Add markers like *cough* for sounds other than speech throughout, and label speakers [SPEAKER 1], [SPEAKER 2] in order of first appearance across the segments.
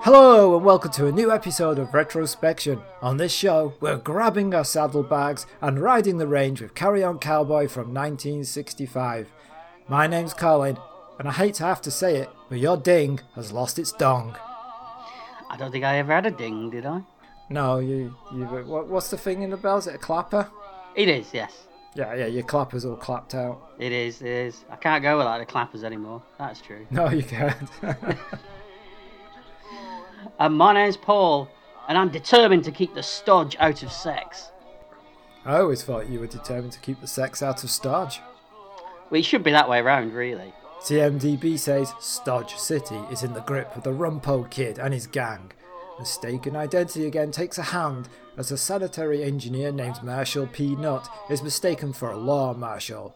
[SPEAKER 1] Hello and welcome to a new episode of Retrospection. On this show, we're grabbing our saddlebags and riding the range with Carry On Cowboy from 1965. My name's Colin, and I hate to have to say it, but your ding has lost its dong.
[SPEAKER 2] I don't think I ever had a ding, did I?
[SPEAKER 1] No, you, you. What, what's the thing in the bell? Is it a clapper?
[SPEAKER 2] It is, yes.
[SPEAKER 1] Yeah, yeah, your clapper's all clapped out. *laughs*
[SPEAKER 2] It is, it is. I can't go without the clappers anymore. That's true.
[SPEAKER 1] No, you can't. *laughs*
[SPEAKER 2] And Uh, my name's Paul, and I'm determined to keep the stodge out of sex.
[SPEAKER 1] I always thought you were determined to keep the sex out of Stodge.
[SPEAKER 2] Well, it should be that way round, really.
[SPEAKER 1] CMDB says Stodge City is in the grip of the Rumpo Kid and his gang. Mistaken identity again takes a hand as a sanitary engineer named Marshall P. Nutt is mistaken for a law marshal.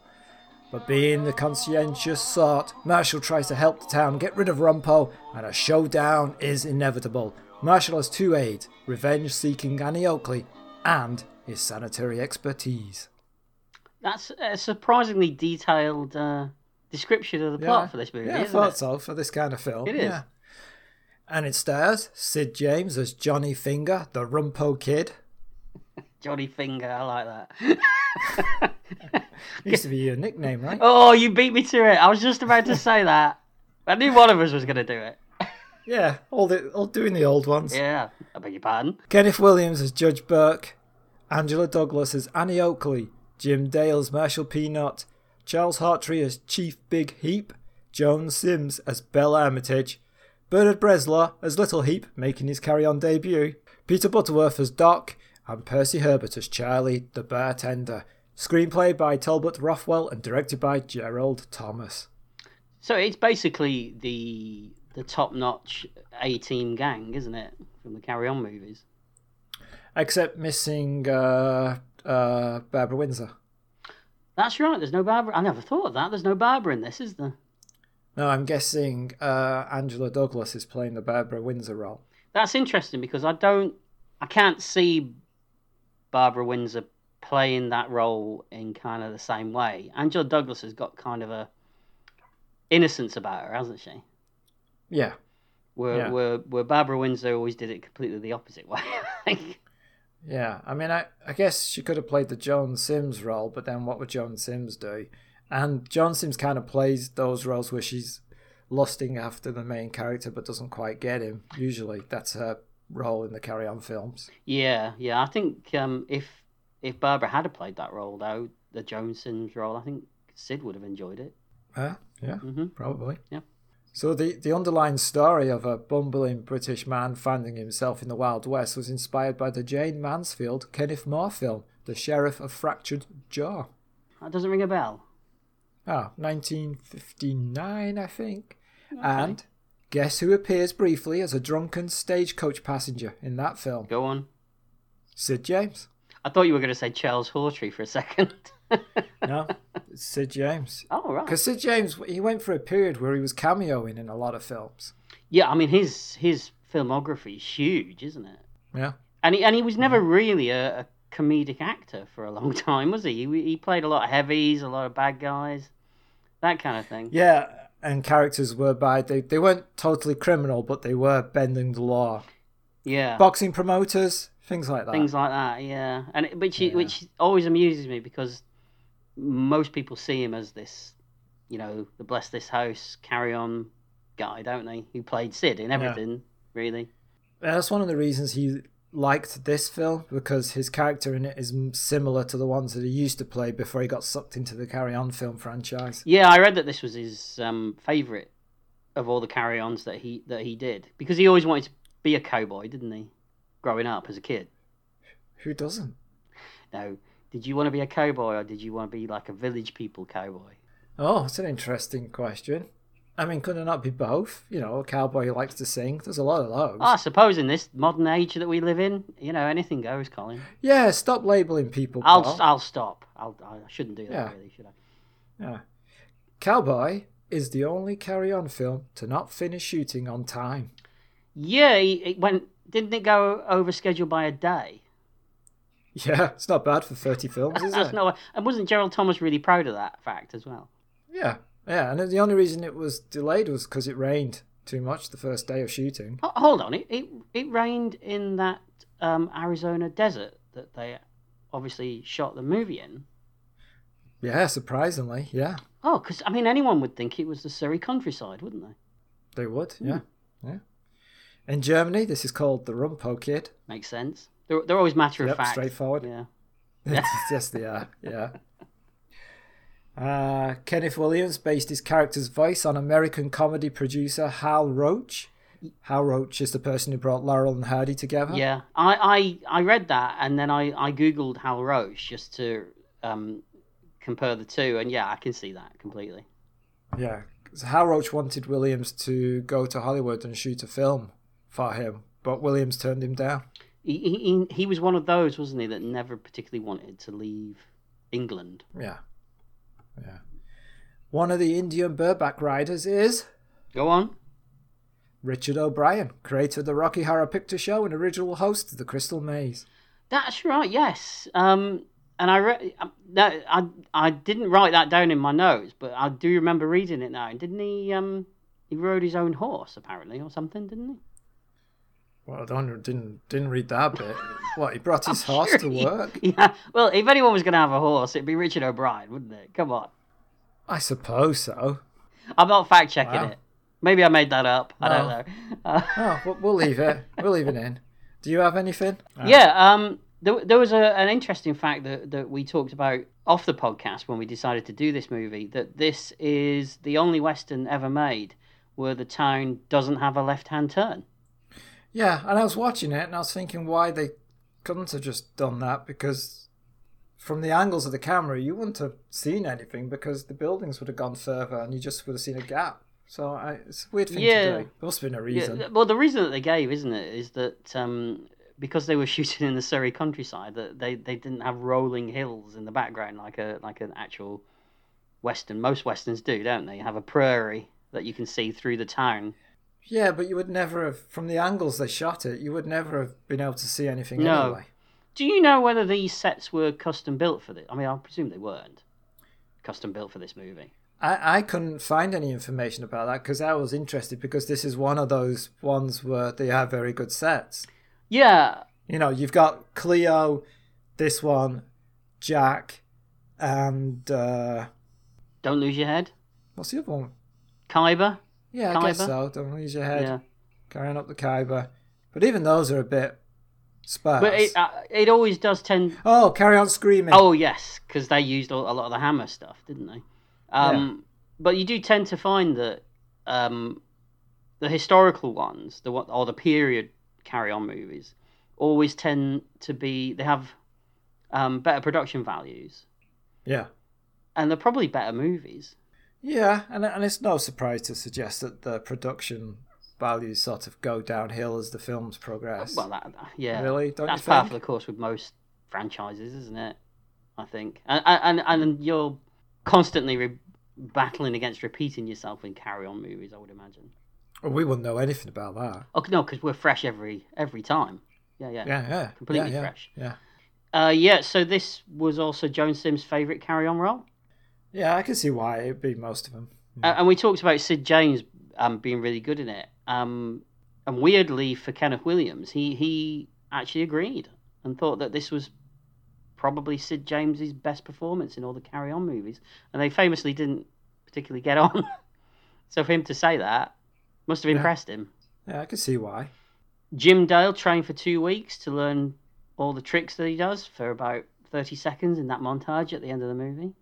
[SPEAKER 1] But being the conscientious sort, Marshall tries to help the town get rid of Rumpo, and a showdown is inevitable. Marshall has two aides revenge seeking Annie Oakley and his sanitary expertise.
[SPEAKER 2] That's a surprisingly detailed uh, description of the plot for this movie,
[SPEAKER 1] Yeah, I
[SPEAKER 2] isn't
[SPEAKER 1] thought
[SPEAKER 2] it?
[SPEAKER 1] so for this kind of film.
[SPEAKER 2] It is.
[SPEAKER 1] yeah. And it stars Sid James as Johnny Finger, the Rumpo Kid.
[SPEAKER 2] Johnny Finger, I like that. *laughs*
[SPEAKER 1] Used to be your nickname, right?
[SPEAKER 2] *laughs* oh, you beat me to it. I was just about to say that. I knew one of us was going to do it.
[SPEAKER 1] Yeah, all the all doing the old ones.
[SPEAKER 2] Yeah, I beg your pardon.
[SPEAKER 1] Kenneth Williams as Judge Burke, Angela Douglas as Annie Oakley, Jim Dale as Marshall Peanut, Charles Hartree as Chief Big Heap, Joan Sims as Belle Armitage, Bernard Bresler as Little Heap making his carry on debut, Peter Butterworth as Doc, and Percy Herbert as Charlie the Bartender. Screenplay by Talbot Rothwell and directed by Gerald Thomas.
[SPEAKER 2] So it's basically the the top notch A team gang, isn't it? From the Carry On movies.
[SPEAKER 1] Except missing uh, uh, Barbara Windsor.
[SPEAKER 2] That's right. There's no Barbara. I never thought of that. There's no Barbara in this, is there?
[SPEAKER 1] No, I'm guessing uh, Angela Douglas is playing the Barbara Windsor role.
[SPEAKER 2] That's interesting because I don't, I can't see Barbara Windsor playing that role in kind of the same way. Angela Douglas has got kind of a innocence about her, hasn't she?
[SPEAKER 1] Yeah,
[SPEAKER 2] Where
[SPEAKER 1] Yeah.
[SPEAKER 2] where where Barbara Windsor always did it completely the opposite *laughs* way. I think.
[SPEAKER 1] yeah. I mean, I, I guess she could have played the Joan Sims role, but then what would Joan Sims do? And Joan Sims kind of plays those roles where she's lusting after the main character but doesn't quite get him. Usually, that's her role in the Carry On films.
[SPEAKER 2] Yeah, yeah. I think um, if if Barbara had played that role though, the Jones Sims role, I think Sid would have enjoyed it.
[SPEAKER 1] Huh? Yeah.
[SPEAKER 2] hmm
[SPEAKER 1] Probably.
[SPEAKER 2] Yeah.
[SPEAKER 1] So the, the underlying story of a bumbling British man finding himself in the Wild West was inspired by the Jane Mansfield Kenneth Moore film, The Sheriff of Fractured Jaw.
[SPEAKER 2] That doesn't ring a bell.
[SPEAKER 1] Ah, 1959, I think. And guess who appears briefly as a drunken stagecoach passenger in that film?
[SPEAKER 2] Go on.
[SPEAKER 1] Sid James.
[SPEAKER 2] I thought you were going to say Charles Hawtrey for a second. *laughs*
[SPEAKER 1] No, it's Sid James.
[SPEAKER 2] oh right.
[SPEAKER 1] Because Sid James, he went for a period where he was cameoing in a lot of films.
[SPEAKER 2] Yeah, I mean his his filmography is huge, isn't it?
[SPEAKER 1] Yeah.
[SPEAKER 2] And he and he was never really a, a comedic actor for a long *laughs* time, was he? he? He played a lot of heavies, a lot of bad guys, that kind of thing.
[SPEAKER 1] Yeah, and characters were by they, they weren't totally criminal, but they were bending the law.
[SPEAKER 2] Yeah,
[SPEAKER 1] Boxing promoters, things like that.
[SPEAKER 2] things like that. Yeah, and it, which
[SPEAKER 1] Yeah.
[SPEAKER 2] which always amuses me because most people see him as this, you know, the bless this house carry on guy, don't they? Who played Sid in everything, really?
[SPEAKER 1] That's one of the reasons he liked this film because his character in it is m- similar to the ones that he used to play before he got sucked into the Carry On film franchise.
[SPEAKER 2] Yeah, I read that this was his um, favorite of all the carry-ons that he that he did because he always wanted to be a cowboy, didn't he? Growing up as a kid.
[SPEAKER 1] Who doesn't?
[SPEAKER 2] Now, did you want to be a cowboy or did you want to be like a village people cowboy?
[SPEAKER 1] Oh, it's an interesting question. I mean, could it not be both? You know, a cowboy who likes to sing. There's a lot of those.
[SPEAKER 2] I suppose in this modern age that we live in, you know, anything goes, Colin.
[SPEAKER 1] yeah, stop labeling people.
[SPEAKER 2] I'll
[SPEAKER 1] Paul.
[SPEAKER 2] I'll stop. I'll, I shouldn't do that
[SPEAKER 1] Yeah.
[SPEAKER 2] really, should I?
[SPEAKER 1] Yeah. Cowboy is the only Carry On film to not finish shooting on time.
[SPEAKER 2] Yeah, it it went. Didn't it go over schedule by a day?
[SPEAKER 1] Yeah, it's not bad for 30 films, is
[SPEAKER 2] That's
[SPEAKER 1] it?
[SPEAKER 2] not. And wasn't Gerald Thomas really proud of that fact as well?
[SPEAKER 1] Yeah, yeah. And the only reason it was delayed was because it rained. too much the first day of shooting.
[SPEAKER 2] Oh, hold on, it, it it rained in that um, Arizona desert that they obviously shot the movie in.
[SPEAKER 1] Yeah, surprisingly, yeah,
[SPEAKER 2] Oh, because I mean, anyone would think it was the Surrey countryside, wouldn't they?
[SPEAKER 1] they would. Yeah, yeah. In Germany, this is called the Rumpo Kid. *laughs*
[SPEAKER 2] Makes sense. They're they're always matter of
[SPEAKER 1] Yep,
[SPEAKER 2] fact.
[SPEAKER 1] straightforward.
[SPEAKER 2] Yeah.
[SPEAKER 1] it's just the uh, yeah. Uh, Kenneth Williams based his character's voice on American comedy producer Hal Roach. Hal Roach is the person who brought Laurel and Hardy together.
[SPEAKER 2] Yeah, I, I I read that and then I I googled Hal Roach just to um compare the two, and yeah, I can see that completely.
[SPEAKER 1] Yeah. So Hal Roach wanted Williams to go to Hollywood and shoot a film for him, but Williams turned him down.
[SPEAKER 2] He he he- he was one of those, wasn't he, that never particularly wanted to leave England.
[SPEAKER 1] Yeah. Yeah. One of the Indian Burback riders is
[SPEAKER 2] Go on.
[SPEAKER 1] Richard O'Brien, creator of the Rocky Horror Picture Show and original host of the Crystal Maze.
[SPEAKER 2] That's right. Yes. Um, and I re- um, that I I didn't write that down in my notes, but I do remember reading it now. And didn't he um he rode his own horse apparently or something, didn't he?
[SPEAKER 1] Well, I don't, didn't didn't read that bit. what he brought *laughs* his horse
[SPEAKER 2] sure
[SPEAKER 1] to
[SPEAKER 2] he-
[SPEAKER 1] work?
[SPEAKER 2] *laughs* Yeah. Well, if anyone was going to have a horse, it'd be Richard O'Brien, wouldn't it? Come on.
[SPEAKER 1] I suppose so.
[SPEAKER 2] I'm not fact checking
[SPEAKER 1] Wow.
[SPEAKER 2] it. Maybe I made that up. I don't
[SPEAKER 1] No.
[SPEAKER 2] know. *laughs* Uh,
[SPEAKER 1] Oh, we'll, we'll leave it. We'll leave it in. Do you have anything?
[SPEAKER 2] Yeah. Um. There, there was a, an interesting fact that, that we talked about off the podcast when we decided to do this movie. That this is the only western ever made where the town doesn't have a left-hand turn.
[SPEAKER 1] Yeah, and I was watching it and I was thinking why they couldn't have just done that because from the angles of the camera you wouldn't have seen anything because the buildings would have gone further and you just would have seen a gap. So I, it's a weird thing
[SPEAKER 2] Yeah.
[SPEAKER 1] to do. There must have been a
[SPEAKER 2] Yeah,
[SPEAKER 1] reason.
[SPEAKER 2] th- well, the reason that they gave, isn't it, is that um, because they were *laughs* shooting in the Surrey countryside, that they, they didn't have rolling hills in the background like a like an actual western. Most westerns do, don't they? Have a prairie that you can see through the town.
[SPEAKER 1] Yeah, but you would never have from the angles they shot it. You would never have been able to see anything
[SPEAKER 2] No.
[SPEAKER 1] anyway.
[SPEAKER 2] Do you know whether these sets were custom built for this? I mean, I presume they weren't custom built for this movie.
[SPEAKER 1] I, I couldn't find any information about that because I was interested because this is one of those ones where they have very good sets.
[SPEAKER 2] Yeah,
[SPEAKER 1] You know, you've got Cleo, this one, Jack, and uh,
[SPEAKER 2] don't lose your head,
[SPEAKER 1] what's the other one?
[SPEAKER 2] Khyber.
[SPEAKER 1] Yeah, I guess
[SPEAKER 2] Khyber?
[SPEAKER 1] so. Don't lose your head.
[SPEAKER 2] Yeah,
[SPEAKER 1] Carrying up the Khyber. But even those are a bit sparse.
[SPEAKER 2] but it uh, it always does tend
[SPEAKER 1] oh, carry on screaming.
[SPEAKER 2] Oh yes, because they used a a lot of the hammer stuff, didn't they? Um, But you do tend to find that um, the historical ones, the what or the period carry-on movies, always tend to be they have um, better production values
[SPEAKER 1] Yeah.
[SPEAKER 2] and they're probably better movies.
[SPEAKER 1] Yeah, and, and it's no surprise to suggest that the production values sort of go downhill as the films progress.
[SPEAKER 2] Well, that yeah,
[SPEAKER 1] Really? Don't you
[SPEAKER 2] that's
[SPEAKER 1] think?
[SPEAKER 2] part of the course with most franchises, isn't it? I think, and and and and you're constantly re- battling against repeating yourself in carry-on movies. I would imagine.
[SPEAKER 1] Well, we wouldn't know anything about that.
[SPEAKER 2] Oh no, because we're fresh every every time. Yeah, yeah,
[SPEAKER 1] Yeah, yeah.
[SPEAKER 2] completely
[SPEAKER 1] yeah, yeah,
[SPEAKER 2] fresh.
[SPEAKER 1] Yeah.
[SPEAKER 2] Uh, yeah. So this was also Joan Sims' favorite carry-on role,
[SPEAKER 1] Yeah, I can see why it'd be most of them.
[SPEAKER 2] uh, and we talked about Sid James um, being really good in it. Um, and weirdly for Kenneth Williams, he he actually agreed and thought that this was probably Sid James's best performance in all the carry-on movies, and they famously didn't particularly get on. *laughs* so for him to say that must have
[SPEAKER 1] Yeah.
[SPEAKER 2] impressed him.
[SPEAKER 1] Yeah, I can see why.
[SPEAKER 2] Jim Dale trained for two weeks to learn all the tricks that he does for about 30 seconds in that montage at the end of the movie.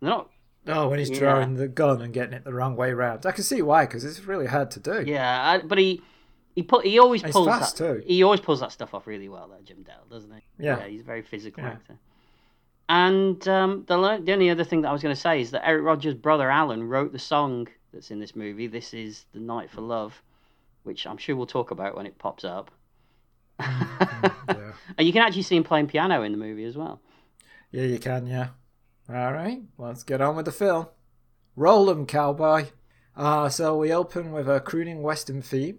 [SPEAKER 2] They're not,
[SPEAKER 1] Oh, when he's
[SPEAKER 2] Yeah.
[SPEAKER 1] drawing the gun and getting it the wrong way round. I can see why, because it's really hard to do.
[SPEAKER 2] yeah, I, but he he put he always
[SPEAKER 1] And he's
[SPEAKER 2] pulls
[SPEAKER 1] fast
[SPEAKER 2] that,
[SPEAKER 1] too.
[SPEAKER 2] he always pulls that stuff off really well. That Jim Dale doesn't he?
[SPEAKER 1] Yeah.
[SPEAKER 2] he's a very physical
[SPEAKER 1] Yeah.
[SPEAKER 2] actor. And um, the lo- the only other thing that I was going to say is that Eric Rogers' brother Alan wrote the song that's in this movie. This is the night for love, which I'm sure we'll talk about when it pops up. *laughs*
[SPEAKER 1] yeah.
[SPEAKER 2] And you can actually see him playing piano in the movie as well.
[SPEAKER 1] *laughs* Yeah, you can, yeah. All right, let's get on with the film. Roll 'em, cowboy. Uh, so we open with a crooning western theme.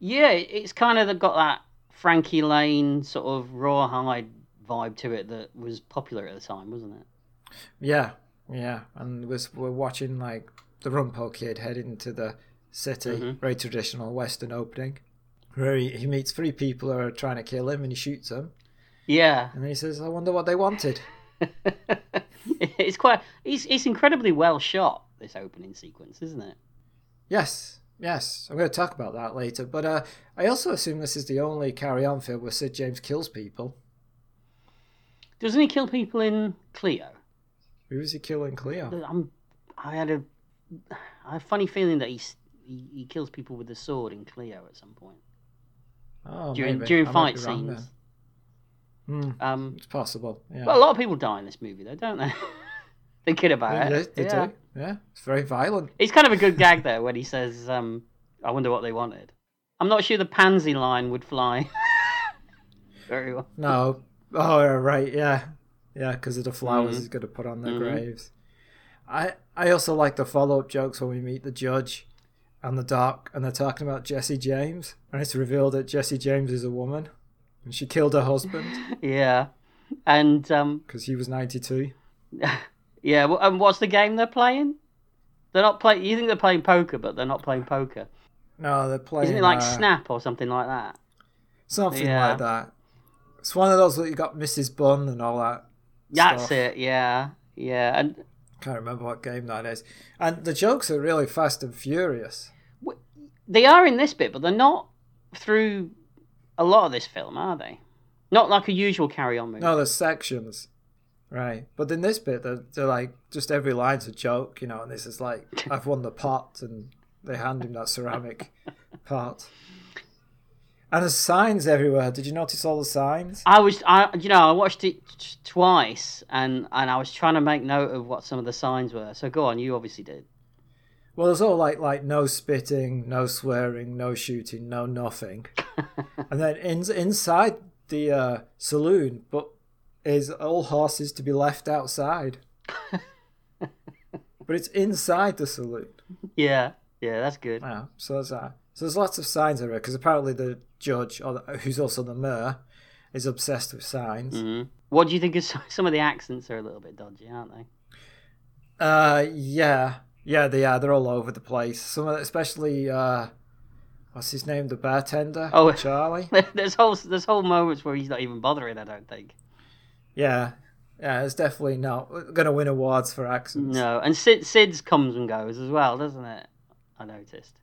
[SPEAKER 2] Yeah, it- it's kind of got that Frankie Lane sort of rawhide vibe to it that was popular at the time, wasn't it?
[SPEAKER 1] Yeah, yeah. And was we're watching like the Rumpo Kid head into the city,
[SPEAKER 2] Mhm.
[SPEAKER 1] very traditional Western opening, where he, he meets three people who are trying to kill him and he shoots them.
[SPEAKER 2] Yeah. *laughs*
[SPEAKER 1] And then he says, I wonder what they wanted.
[SPEAKER 2] it's quite. It's it's incredibly well shot. This opening sequence, isn't it?
[SPEAKER 1] Yes, yes. I'm going to talk about that later. But uh, I also assume this is the only Carry On film where Sir James kills people.
[SPEAKER 2] Doesn't he kill people in Cleo?
[SPEAKER 1] Who is he killing Cleo?
[SPEAKER 2] I'm. I had a. I had a funny feeling that he's. He, he kills people with the sword in Cleo at some point
[SPEAKER 1] Oh,
[SPEAKER 2] during
[SPEAKER 1] maybe.
[SPEAKER 2] during
[SPEAKER 1] I might
[SPEAKER 2] fight
[SPEAKER 1] be wrong
[SPEAKER 2] scenes.
[SPEAKER 1] there. Hmm,
[SPEAKER 2] Um,
[SPEAKER 1] it's possible. Yeah.
[SPEAKER 2] but a lot of people die in this movie, though, don't they? *laughs* Thinking about
[SPEAKER 1] Yeah,
[SPEAKER 2] it,
[SPEAKER 1] they, they
[SPEAKER 2] uh, yeah.
[SPEAKER 1] do. Yeah, it's very violent.
[SPEAKER 2] It's kind of a good gag there when he says, um, "I wonder what they wanted." I'm not sure the pansy line would fly *laughs* very well.
[SPEAKER 1] No. Oh, yeah, right. Yeah. Yeah, because of the flowers
[SPEAKER 2] Mhm.
[SPEAKER 1] he's going to put on their
[SPEAKER 2] Mhm.
[SPEAKER 1] graves. I I also like the follow up jokes when we meet the judge and the doc, and they're talking about Jesse James, and it's revealed that Jesse James is a woman, and she killed her husband
[SPEAKER 2] Yeah, and um,
[SPEAKER 1] because he was 92.
[SPEAKER 2] yeah, wh- and what's the game they're playing? They're not playing. You think they're playing poker, but they're not playing poker.
[SPEAKER 1] No, they're playing.
[SPEAKER 2] Isn't it like
[SPEAKER 1] uh,
[SPEAKER 2] Snap or something like that?
[SPEAKER 1] Something
[SPEAKER 2] Yeah.
[SPEAKER 1] like that. It's one of those that you got Mrs. Bunn and all that.
[SPEAKER 2] That's
[SPEAKER 1] stuff.
[SPEAKER 2] it. Yeah, yeah. And
[SPEAKER 1] Can't remember what game that is. And the jokes are really fast and furious.
[SPEAKER 2] w- they are in this bit, but they're not through a lot of this film, are they? Not like a usual carry-on movie.
[SPEAKER 1] No, there's sections. Right. But in this bit, they're, they're like, just every line's a joke, you know, and this is
[SPEAKER 2] *laughs*
[SPEAKER 1] like, I've won the pot, and they hand him that
[SPEAKER 2] *laughs*
[SPEAKER 1] ceramic pot. And there's signs everywhere. Did you notice all the signs?
[SPEAKER 2] I was, I you know, I watched it t- twice, and and I was trying to make note of what some of the signs were. So go on, you obviously did.
[SPEAKER 1] Well, there's all like, like no spitting, no swearing, no shooting, no nothing. and then in, inside the uh, saloon, but is all horses to be left outside. but it's inside the saloon.
[SPEAKER 2] Yeah, yeah, that's good.
[SPEAKER 1] Yeah, so there's that. So there's lots of signs everywhere because apparently the judge, or the, who's also the mayor, is obsessed with signs.
[SPEAKER 2] Mhm. What do you think? Is *laughs* some of the accents are a little bit dodgy, aren't they? *laughs*
[SPEAKER 1] Uh, yeah, yeah, they are. They're all over the place. Some, of, especially uh, what's his name, the bartender,
[SPEAKER 2] Oh.
[SPEAKER 1] Charlie.
[SPEAKER 2] there's whole there's whole moments where he's not even bothering. I don't think.
[SPEAKER 1] Yeah, yeah, it's definitely not going to win awards for accents.
[SPEAKER 2] No, and Sid Sid's comes and goes as well, doesn't it? I noticed.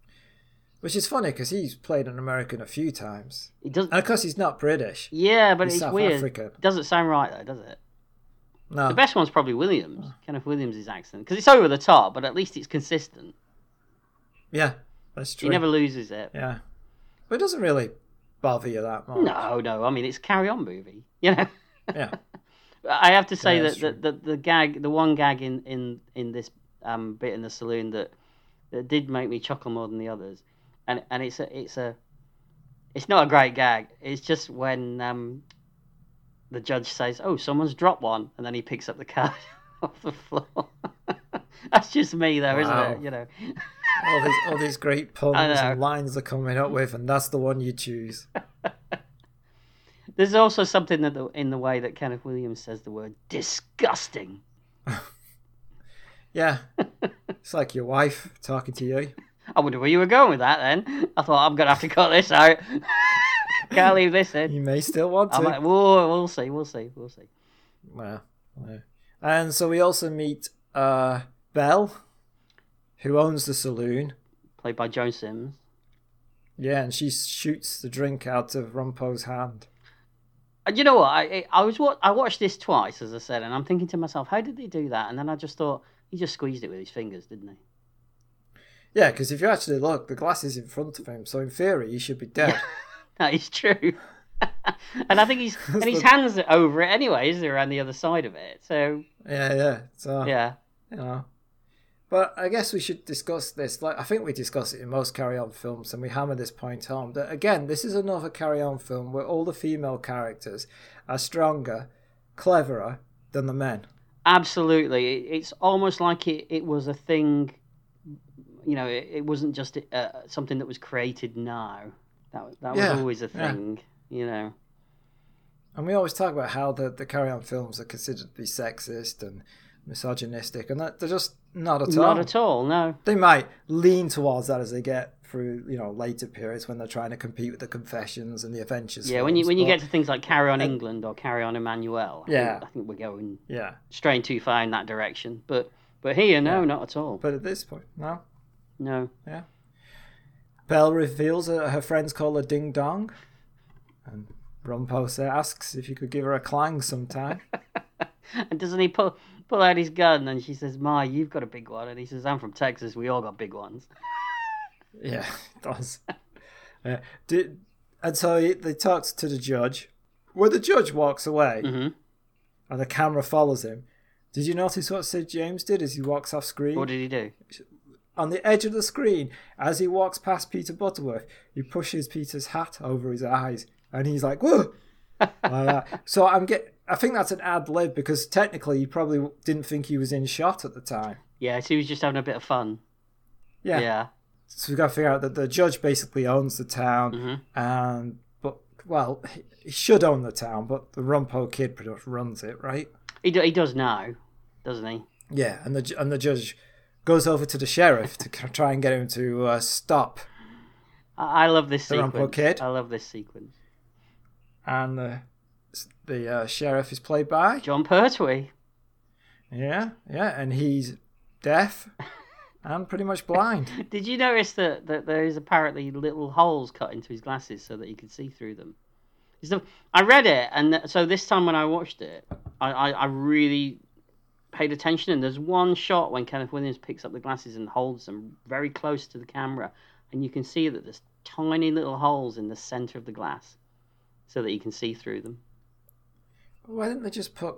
[SPEAKER 1] Which is funny because he's played an American a few times,
[SPEAKER 2] It does.
[SPEAKER 1] and of course he's not British.
[SPEAKER 2] Yeah, but
[SPEAKER 1] Oh, he's
[SPEAKER 2] it's
[SPEAKER 1] South
[SPEAKER 2] weird.
[SPEAKER 1] African. Oh.
[SPEAKER 2] Doesn't sound right though, does it?
[SPEAKER 1] No,
[SPEAKER 2] The best one's probably Williams, Kenneth Williams' accent, because it's over the top, but at least it's consistent.
[SPEAKER 1] yeah, that's true.
[SPEAKER 2] He never loses it.
[SPEAKER 1] Yeah, but it doesn't really bother you that much.
[SPEAKER 2] No, no. I mean, it's a Carry On movie. *laughs* You know,
[SPEAKER 1] Yeah.
[SPEAKER 2] I have to say
[SPEAKER 1] Yeah,
[SPEAKER 2] that
[SPEAKER 1] that's
[SPEAKER 2] the, the the gag, the one gag in in in this um bit in the saloon that that did make me chuckle more than the others, and and it's a it's a it's not a great gag. It's just when um the judge says, "Oh, someone's dropped one," and then he picks up the card *laughs* off the floor. *laughs* That's just me, though,
[SPEAKER 1] Wow.
[SPEAKER 2] isn't it? You know.
[SPEAKER 1] all these all these great
[SPEAKER 2] *laughs* I
[SPEAKER 1] puns
[SPEAKER 2] know.
[SPEAKER 1] and lines they're coming up with, and that's the one you
[SPEAKER 2] *laughs*
[SPEAKER 1] choose.
[SPEAKER 2] There's also something that the, in the way that Kenneth Williams says the word "disgusting."
[SPEAKER 1] Yeah, it's like your wife talking to you.
[SPEAKER 2] I wonder where you were going with that then. I thought I'm gonna have to cut this out. *laughs* Can't leave this in.
[SPEAKER 1] You may still want to.
[SPEAKER 2] *laughs* I'm like, whoa, we'll see, we'll see, we'll see.
[SPEAKER 1] Yeah, yeah. And so we also meet uh, Belle, who owns the saloon.
[SPEAKER 2] Played by Joan Sims.
[SPEAKER 1] Yeah, and she shoots the drink out of Rumpo's hand.
[SPEAKER 2] And you know what? I I was wa- I watched this twice, as I said, and I'm thinking to myself, how did they do that? And then I just thought he just squeezed it with his fingers, didn't he? *laughs*
[SPEAKER 1] Yeah, because if you actually look, the glass is in front of him, so in theory he should be dead.
[SPEAKER 2] That is true. *laughs* and I think he's and his
[SPEAKER 1] the-
[SPEAKER 2] hands are over it anyway, isn't he, around the other side of it? So
[SPEAKER 1] *laughs* yeah, yeah. So
[SPEAKER 2] yeah,
[SPEAKER 1] you know. But I guess we should discuss this. Like I think we discuss it in most carry-on films, and we hammer this point home. That again, this is another carry-on film where all the female characters are stronger, cleverer than the men.
[SPEAKER 2] absolutely. It- It's almost like it, it was a thing. You know, it, it wasn't just uh, something that was created now. That that was
[SPEAKER 1] Yeah,
[SPEAKER 2] always a
[SPEAKER 1] yeah.
[SPEAKER 2] thing. You know.
[SPEAKER 1] And we always talk about how the, the carry-on films are considered to be sexist and misogynistic, and that they're just not at all.
[SPEAKER 2] Not at all. No.
[SPEAKER 1] They might lean towards that as they get through, you know, later periods when they're trying to compete with the confessions and the adventures.
[SPEAKER 2] Yeah, when you
[SPEAKER 1] films,
[SPEAKER 2] when you
[SPEAKER 1] but-
[SPEAKER 2] get to things like Carry On
[SPEAKER 1] Uh,
[SPEAKER 2] England or Carry On Emmanuel, I think-
[SPEAKER 1] Yeah.
[SPEAKER 2] I think we're going
[SPEAKER 1] yeah,
[SPEAKER 2] straying too far in that direction. But but here, no,
[SPEAKER 1] Yeah.
[SPEAKER 2] not at all.
[SPEAKER 1] but at this point, no.
[SPEAKER 2] no, *laughs*
[SPEAKER 1] Belle reveals that her friends call her Ding Dong, and Rumpo sa- asks if you could give her a clang
[SPEAKER 2] *laughs*
[SPEAKER 1] sometime.
[SPEAKER 2] and doesn't he pull pull out his gun? And she says, "Ma, you've got a big one." And he says, "I'm from Texas. We all got big ones."
[SPEAKER 1] yeah, it does. Uh, did, and so he, they talked to the judge. When the judge walks away
[SPEAKER 2] hmm
[SPEAKER 1] and the camera follows him, did you notice what Sid James did as he walks off screen?
[SPEAKER 2] What did he do?
[SPEAKER 1] On the edge of the screen, as he walks past Peter Butterworth, he pushes Peter's hat over his eyes, and he's like,
[SPEAKER 2] *laughs*
[SPEAKER 1] "Whoa!" like that. So I'm get. I think that's an ad lib because technically he probably didn't think he was in shot at the time.
[SPEAKER 2] Yeah, so he was just having a bit of fun.
[SPEAKER 1] Yeah.
[SPEAKER 2] yeah.
[SPEAKER 1] So we got to figure out that the judge basically owns the town,
[SPEAKER 2] Mhm.
[SPEAKER 1] and but well, he- he should own the town, but the Rumpo kid pretty much runs it, right?
[SPEAKER 2] He do, he does now, doesn't he?
[SPEAKER 1] Yeah, and the ju- and the judge goes over to the sheriff to c- try and get him to uh, stop
[SPEAKER 2] I, I love this
[SPEAKER 1] The Rumpo
[SPEAKER 2] sequence.
[SPEAKER 1] Kid?
[SPEAKER 2] I love this sequence.
[SPEAKER 1] and the the uh, sheriff is played by
[SPEAKER 2] John Pertwee. *laughs*
[SPEAKER 1] yeah yeah and he's deaf and pretty much blind
[SPEAKER 2] Did you notice that, that there is apparently little holes cut into his glasses so that he could see through them? It's the- I read it, and th- so this time when I watched it, I, I, I really paid attention. And there's one shot when Kenneth Williams picks up the glasses and holds them very close to the camera, and you can see that there's tiny little holes in the center of the glass so that you can see through them.
[SPEAKER 1] why didn't they just put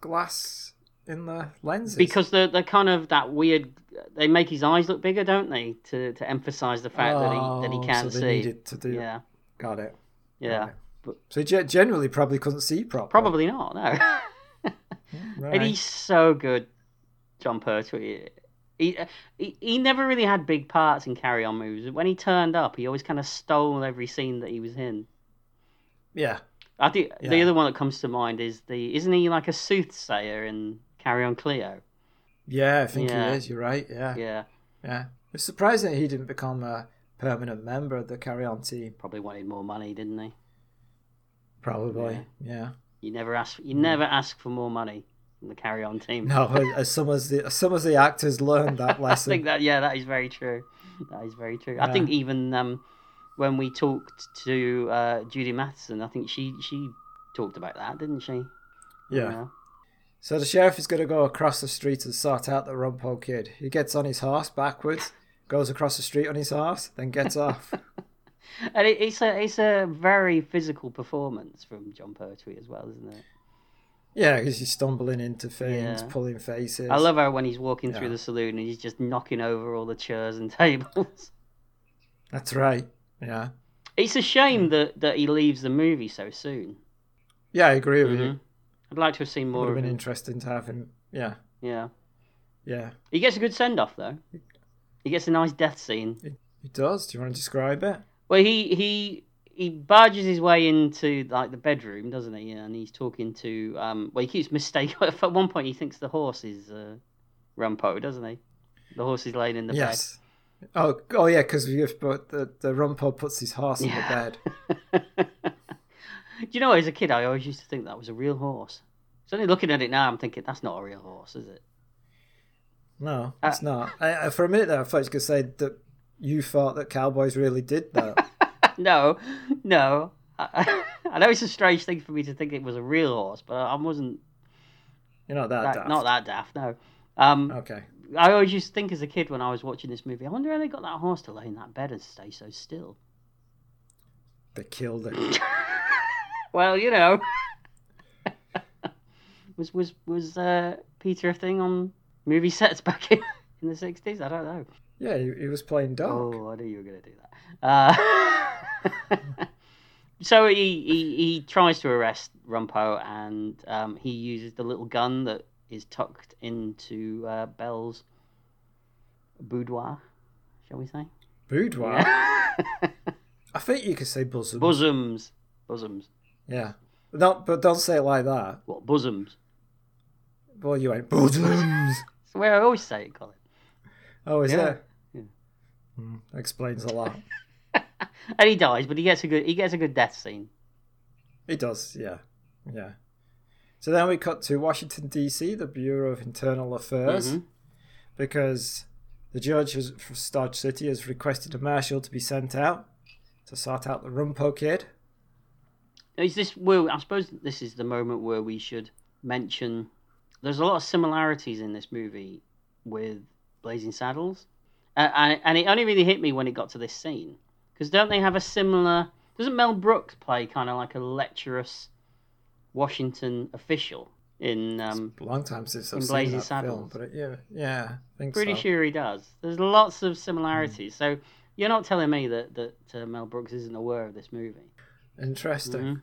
[SPEAKER 1] glass in the lenses
[SPEAKER 2] Because they're, they're kind of that weird. They make his eyes look bigger, don't they? To, to emphasize the fact that he that
[SPEAKER 1] Oh,
[SPEAKER 2] he can't
[SPEAKER 1] so they
[SPEAKER 2] see.
[SPEAKER 1] needed to do
[SPEAKER 2] yeah,
[SPEAKER 1] got it
[SPEAKER 2] yeah.
[SPEAKER 1] Right.
[SPEAKER 2] but-
[SPEAKER 1] so he ge- generally probably couldn't see properly Hmm,
[SPEAKER 2] Probably not. No, *laughs*
[SPEAKER 1] right.
[SPEAKER 2] and he's so good, John Pertwee. He, he he never really had big parts in Carry On movies. When he turned up, he always kind of stole every scene that he was in.
[SPEAKER 1] yeah
[SPEAKER 2] I think the
[SPEAKER 1] Yeah.
[SPEAKER 2] other one that comes to mind is the isn't he like a soothsayer in Carry On Cleo?
[SPEAKER 1] yeah I think
[SPEAKER 2] Yeah.
[SPEAKER 1] he is you're right yeah yeah,
[SPEAKER 2] Yeah,
[SPEAKER 1] it's surprising he didn't become a permanent member of the carry on team
[SPEAKER 2] probably wanted more money, didn't he?
[SPEAKER 1] probably yeah.
[SPEAKER 2] You never ask. You never ask for more money from the Carry On team.
[SPEAKER 1] Hmm. No, as- as some as the as some as the actors learned
[SPEAKER 2] *laughs*
[SPEAKER 1] that lesson.
[SPEAKER 2] I think that yeah, that is very true. That is very true. I
[SPEAKER 1] Yeah.
[SPEAKER 2] think even um, when we talked to uh, Judy Matheson, I think she she talked about that, didn't she?
[SPEAKER 1] yeah. So the sheriff is going to go across the street and sort out the rumpo kid. He gets on his horse backwards, goes across the street on his horse, then
[SPEAKER 2] *laughs*
[SPEAKER 1] gets off.
[SPEAKER 2] And it, it's a it's a very physical performance from John Pertwee as well, isn't it?
[SPEAKER 1] yeah, because he's stumbling into things,
[SPEAKER 2] Yeah.
[SPEAKER 1] pulling faces.
[SPEAKER 2] I love her when he's walking
[SPEAKER 1] Yeah.
[SPEAKER 2] through the saloon and he's just knocking over all the chairs and *laughs* tables.
[SPEAKER 1] That's right. Yeah.
[SPEAKER 2] it's a shame that that he leaves the movie so soon.
[SPEAKER 1] Yeah, I agree with
[SPEAKER 2] Mhm.
[SPEAKER 1] you.
[SPEAKER 2] I'd like to have
[SPEAKER 1] Would
[SPEAKER 2] seen Mm-hmm. more
[SPEAKER 1] have
[SPEAKER 2] of
[SPEAKER 1] been
[SPEAKER 2] him.
[SPEAKER 1] interesting to have him. Yeah.
[SPEAKER 2] yeah,
[SPEAKER 1] Yeah.
[SPEAKER 2] he gets a good send off though. He gets a nice death scene.
[SPEAKER 1] He does. Do you want to describe it?
[SPEAKER 2] Well, he he he barges his way into like the bedroom, doesn't he? And he's talking to um. Well, he keeps *laughs* mistaking. At one point, he thinks the horse is uh, Rumpo, doesn't he? The horse is laying in the
[SPEAKER 1] yes. Oh, oh yeah, because but the the rumpo puts his horse in
[SPEAKER 2] Yeah.
[SPEAKER 1] the
[SPEAKER 2] *laughs*
[SPEAKER 1] bed.
[SPEAKER 2] bed. Do you know? As a kid, I always used to think that was a real horse. So only looking at it now, I'm thinking that's not a real horse, is it? *laughs*
[SPEAKER 1] No,
[SPEAKER 2] Uh,
[SPEAKER 1] it's not. I, I, for a minute there, I thought you could say that you thought that cowboys really did that.
[SPEAKER 2] *laughs* no, no. I, *laughs* I know it's a strange thing for me to think it was a real horse, but I I wasn't
[SPEAKER 1] You're not that,
[SPEAKER 2] that,
[SPEAKER 1] daft. Oh,
[SPEAKER 2] not that daft. No. Um,
[SPEAKER 1] Okay.
[SPEAKER 2] I always used to think as a kid when I was watching this movie, I wonder how they got that horse to lay in that bed and stay so still. *laughs*
[SPEAKER 1] They killed it.
[SPEAKER 2] Well, you know, *laughs* was was was uh, Peter a thing on movie sets back in, *laughs* in the sixties? I don't know.
[SPEAKER 1] Yeah, he, he was playing dog.
[SPEAKER 2] Oh, I knew you were going to do that. Uh, *laughs* so he, he he tries to arrest Rumpo, and um, he uses the little gun that is tucked into uh, Bell's boudoir, shall we say?
[SPEAKER 1] Boudoir.
[SPEAKER 2] Yeah.
[SPEAKER 1] I think you could say bosom.
[SPEAKER 2] *laughs* bosoms, bosoms.
[SPEAKER 1] Yeah. No, but don't say it like that.
[SPEAKER 2] What bosoms?
[SPEAKER 1] Well, you went bottoms.
[SPEAKER 2] It's the way I always say it, Colin.
[SPEAKER 1] Oh, is
[SPEAKER 2] Yeah.
[SPEAKER 1] there?
[SPEAKER 2] Yeah.
[SPEAKER 1] Hmm, explains a lot.
[SPEAKER 2] And he dies, but he gets a good he gets a good death scene.
[SPEAKER 1] It does, yeah. Yeah. So then we cut to Washington, D.C., the Bureau of Internal Affairs,
[SPEAKER 2] Mhm.
[SPEAKER 1] because the judge has, for Stodge City has requested a marshal to be sent out to sort out the Rumpo kid.
[SPEAKER 2] Is this where I suppose this is the moment where we should mention there's a lot of similarities in this movie with Blazing Saddles, uh, and and it only really hit me when it got to this scene because don't they have a similar? Doesn't Mel Brooks play kind of like a lecherous Washington official in? Um,
[SPEAKER 1] It's a long time since
[SPEAKER 2] in
[SPEAKER 1] I've seen
[SPEAKER 2] Blazing
[SPEAKER 1] that film,
[SPEAKER 2] Saddles.
[SPEAKER 1] but it- yeah, yeah, I think
[SPEAKER 2] pretty
[SPEAKER 1] so. Hmm.
[SPEAKER 2] sure he does. There's lots of similarities. So you're not telling me that that uh, Mel Brooks isn't aware of this movie.
[SPEAKER 1] Interesting.
[SPEAKER 2] Mhm.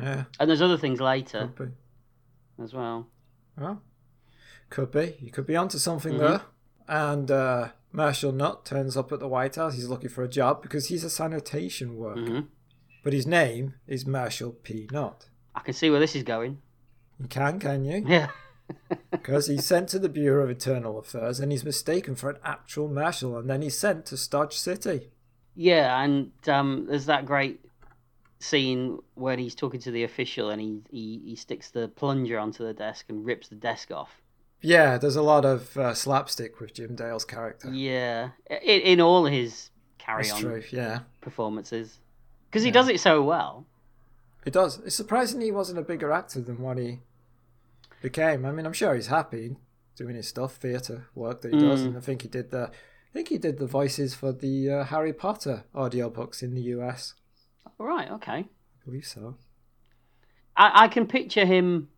[SPEAKER 1] Yeah,
[SPEAKER 2] And there's other things later
[SPEAKER 1] could be.
[SPEAKER 2] as well.
[SPEAKER 1] Well, could be. You could be onto something
[SPEAKER 2] Mhm.
[SPEAKER 1] there. And uh, Marshall Nutt turns up at the White House. He's looking for a job because he's a sanitation worker.
[SPEAKER 2] hmm
[SPEAKER 1] But his name is Marshall P. Nutt.
[SPEAKER 2] I can see where this is going. *laughs*
[SPEAKER 1] You can, can you?
[SPEAKER 2] Yeah.
[SPEAKER 1] Because he's sent to the Bureau of Internal Affairs and he's mistaken for an actual marshal and then he's sent to Stodge City.
[SPEAKER 2] Yeah, and um, there's that great scene when he's talking to the official and he, he, he sticks the plunger onto the desk and rips the desk off.
[SPEAKER 1] Yeah, there's a lot of uh, slapstick with Jim Dale's character.
[SPEAKER 2] Yeah, I in all his carry
[SPEAKER 1] That's
[SPEAKER 2] on
[SPEAKER 1] true, yeah.
[SPEAKER 2] performances. Because he
[SPEAKER 1] Yeah.
[SPEAKER 2] does it so well.
[SPEAKER 1] It does. It's surprising he wasn't a bigger actor than what he became. I mean, I'm sure he's happy doing his stuff, theatre work that he does,
[SPEAKER 2] Mm.
[SPEAKER 1] and I think he did the, I think he did the voices for the uh, Harry Potter audiobooks in the US.
[SPEAKER 2] All right, okay.
[SPEAKER 1] I believe so.
[SPEAKER 2] I, I can picture him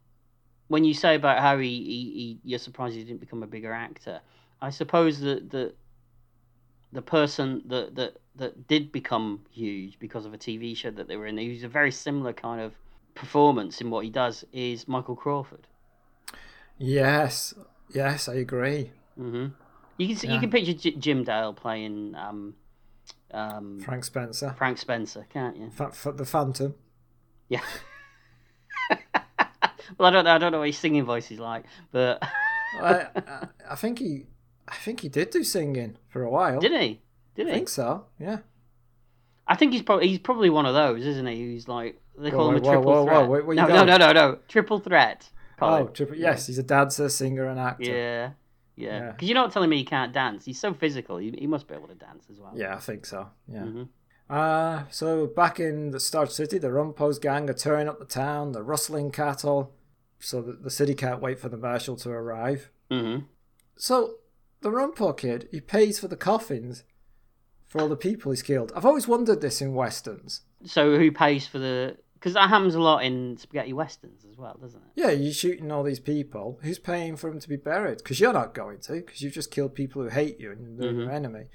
[SPEAKER 2] when you say about how he, he, he you're surprised he didn't become a bigger actor. I suppose that the the person that that that did become huge because of a TV show that they were in, who's a very similar kind of performance in what he does, is Michael Crawford.
[SPEAKER 1] Yes, yes, I agree.
[SPEAKER 2] hmm You can see
[SPEAKER 1] Yeah.
[SPEAKER 2] you can picture J- Jim Dale playing um, um, Frank.
[SPEAKER 1] Frank Spencer,
[SPEAKER 2] Spencer, can't you? *laughs*
[SPEAKER 1] Fa- fa- the Phantom.
[SPEAKER 2] Yeah. well, I don't know. I don't know what his singing voice is like, but *laughs*
[SPEAKER 1] I, I, I think he, I think he did do singing for a while.
[SPEAKER 2] did he? Did
[SPEAKER 1] I
[SPEAKER 2] he?
[SPEAKER 1] think so. Yeah.
[SPEAKER 2] I think he's probably he's probably one of those, isn't he? Who's like they
[SPEAKER 1] Whoa,
[SPEAKER 2] call him a
[SPEAKER 1] whoa,
[SPEAKER 2] triple
[SPEAKER 1] whoa, whoa,
[SPEAKER 2] threat.
[SPEAKER 1] where- where you
[SPEAKER 2] no, no,
[SPEAKER 1] going?
[SPEAKER 2] no, no, no, triple threat. Colin.
[SPEAKER 1] Oh, triple, yes, he's a dancer, singer, and actor.
[SPEAKER 2] yeah, yeah.
[SPEAKER 1] Yeah.
[SPEAKER 2] Because you're not telling me he can't dance. He's so physical. He, he must be able to dance as well.
[SPEAKER 1] Yeah, I think so. Yeah.
[SPEAKER 2] hmm
[SPEAKER 1] Uh, so back in the Starch City, the Rumpo's gang are tearing up the town, they're rustling cattle, so that the city can't wait for the marshal to arrive.
[SPEAKER 2] hmm
[SPEAKER 1] So the Rumpo kid, he pays for the coffins for all the people he's killed. I've always wondered this in westerns.
[SPEAKER 2] So who pays for the? Because that happens a lot in spaghetti westerns as well, doesn't it?
[SPEAKER 1] Yeah, you're shooting all these people. Who's paying for them to be buried? Because you're not going to, because you've just killed people who hate you and they're your enemy.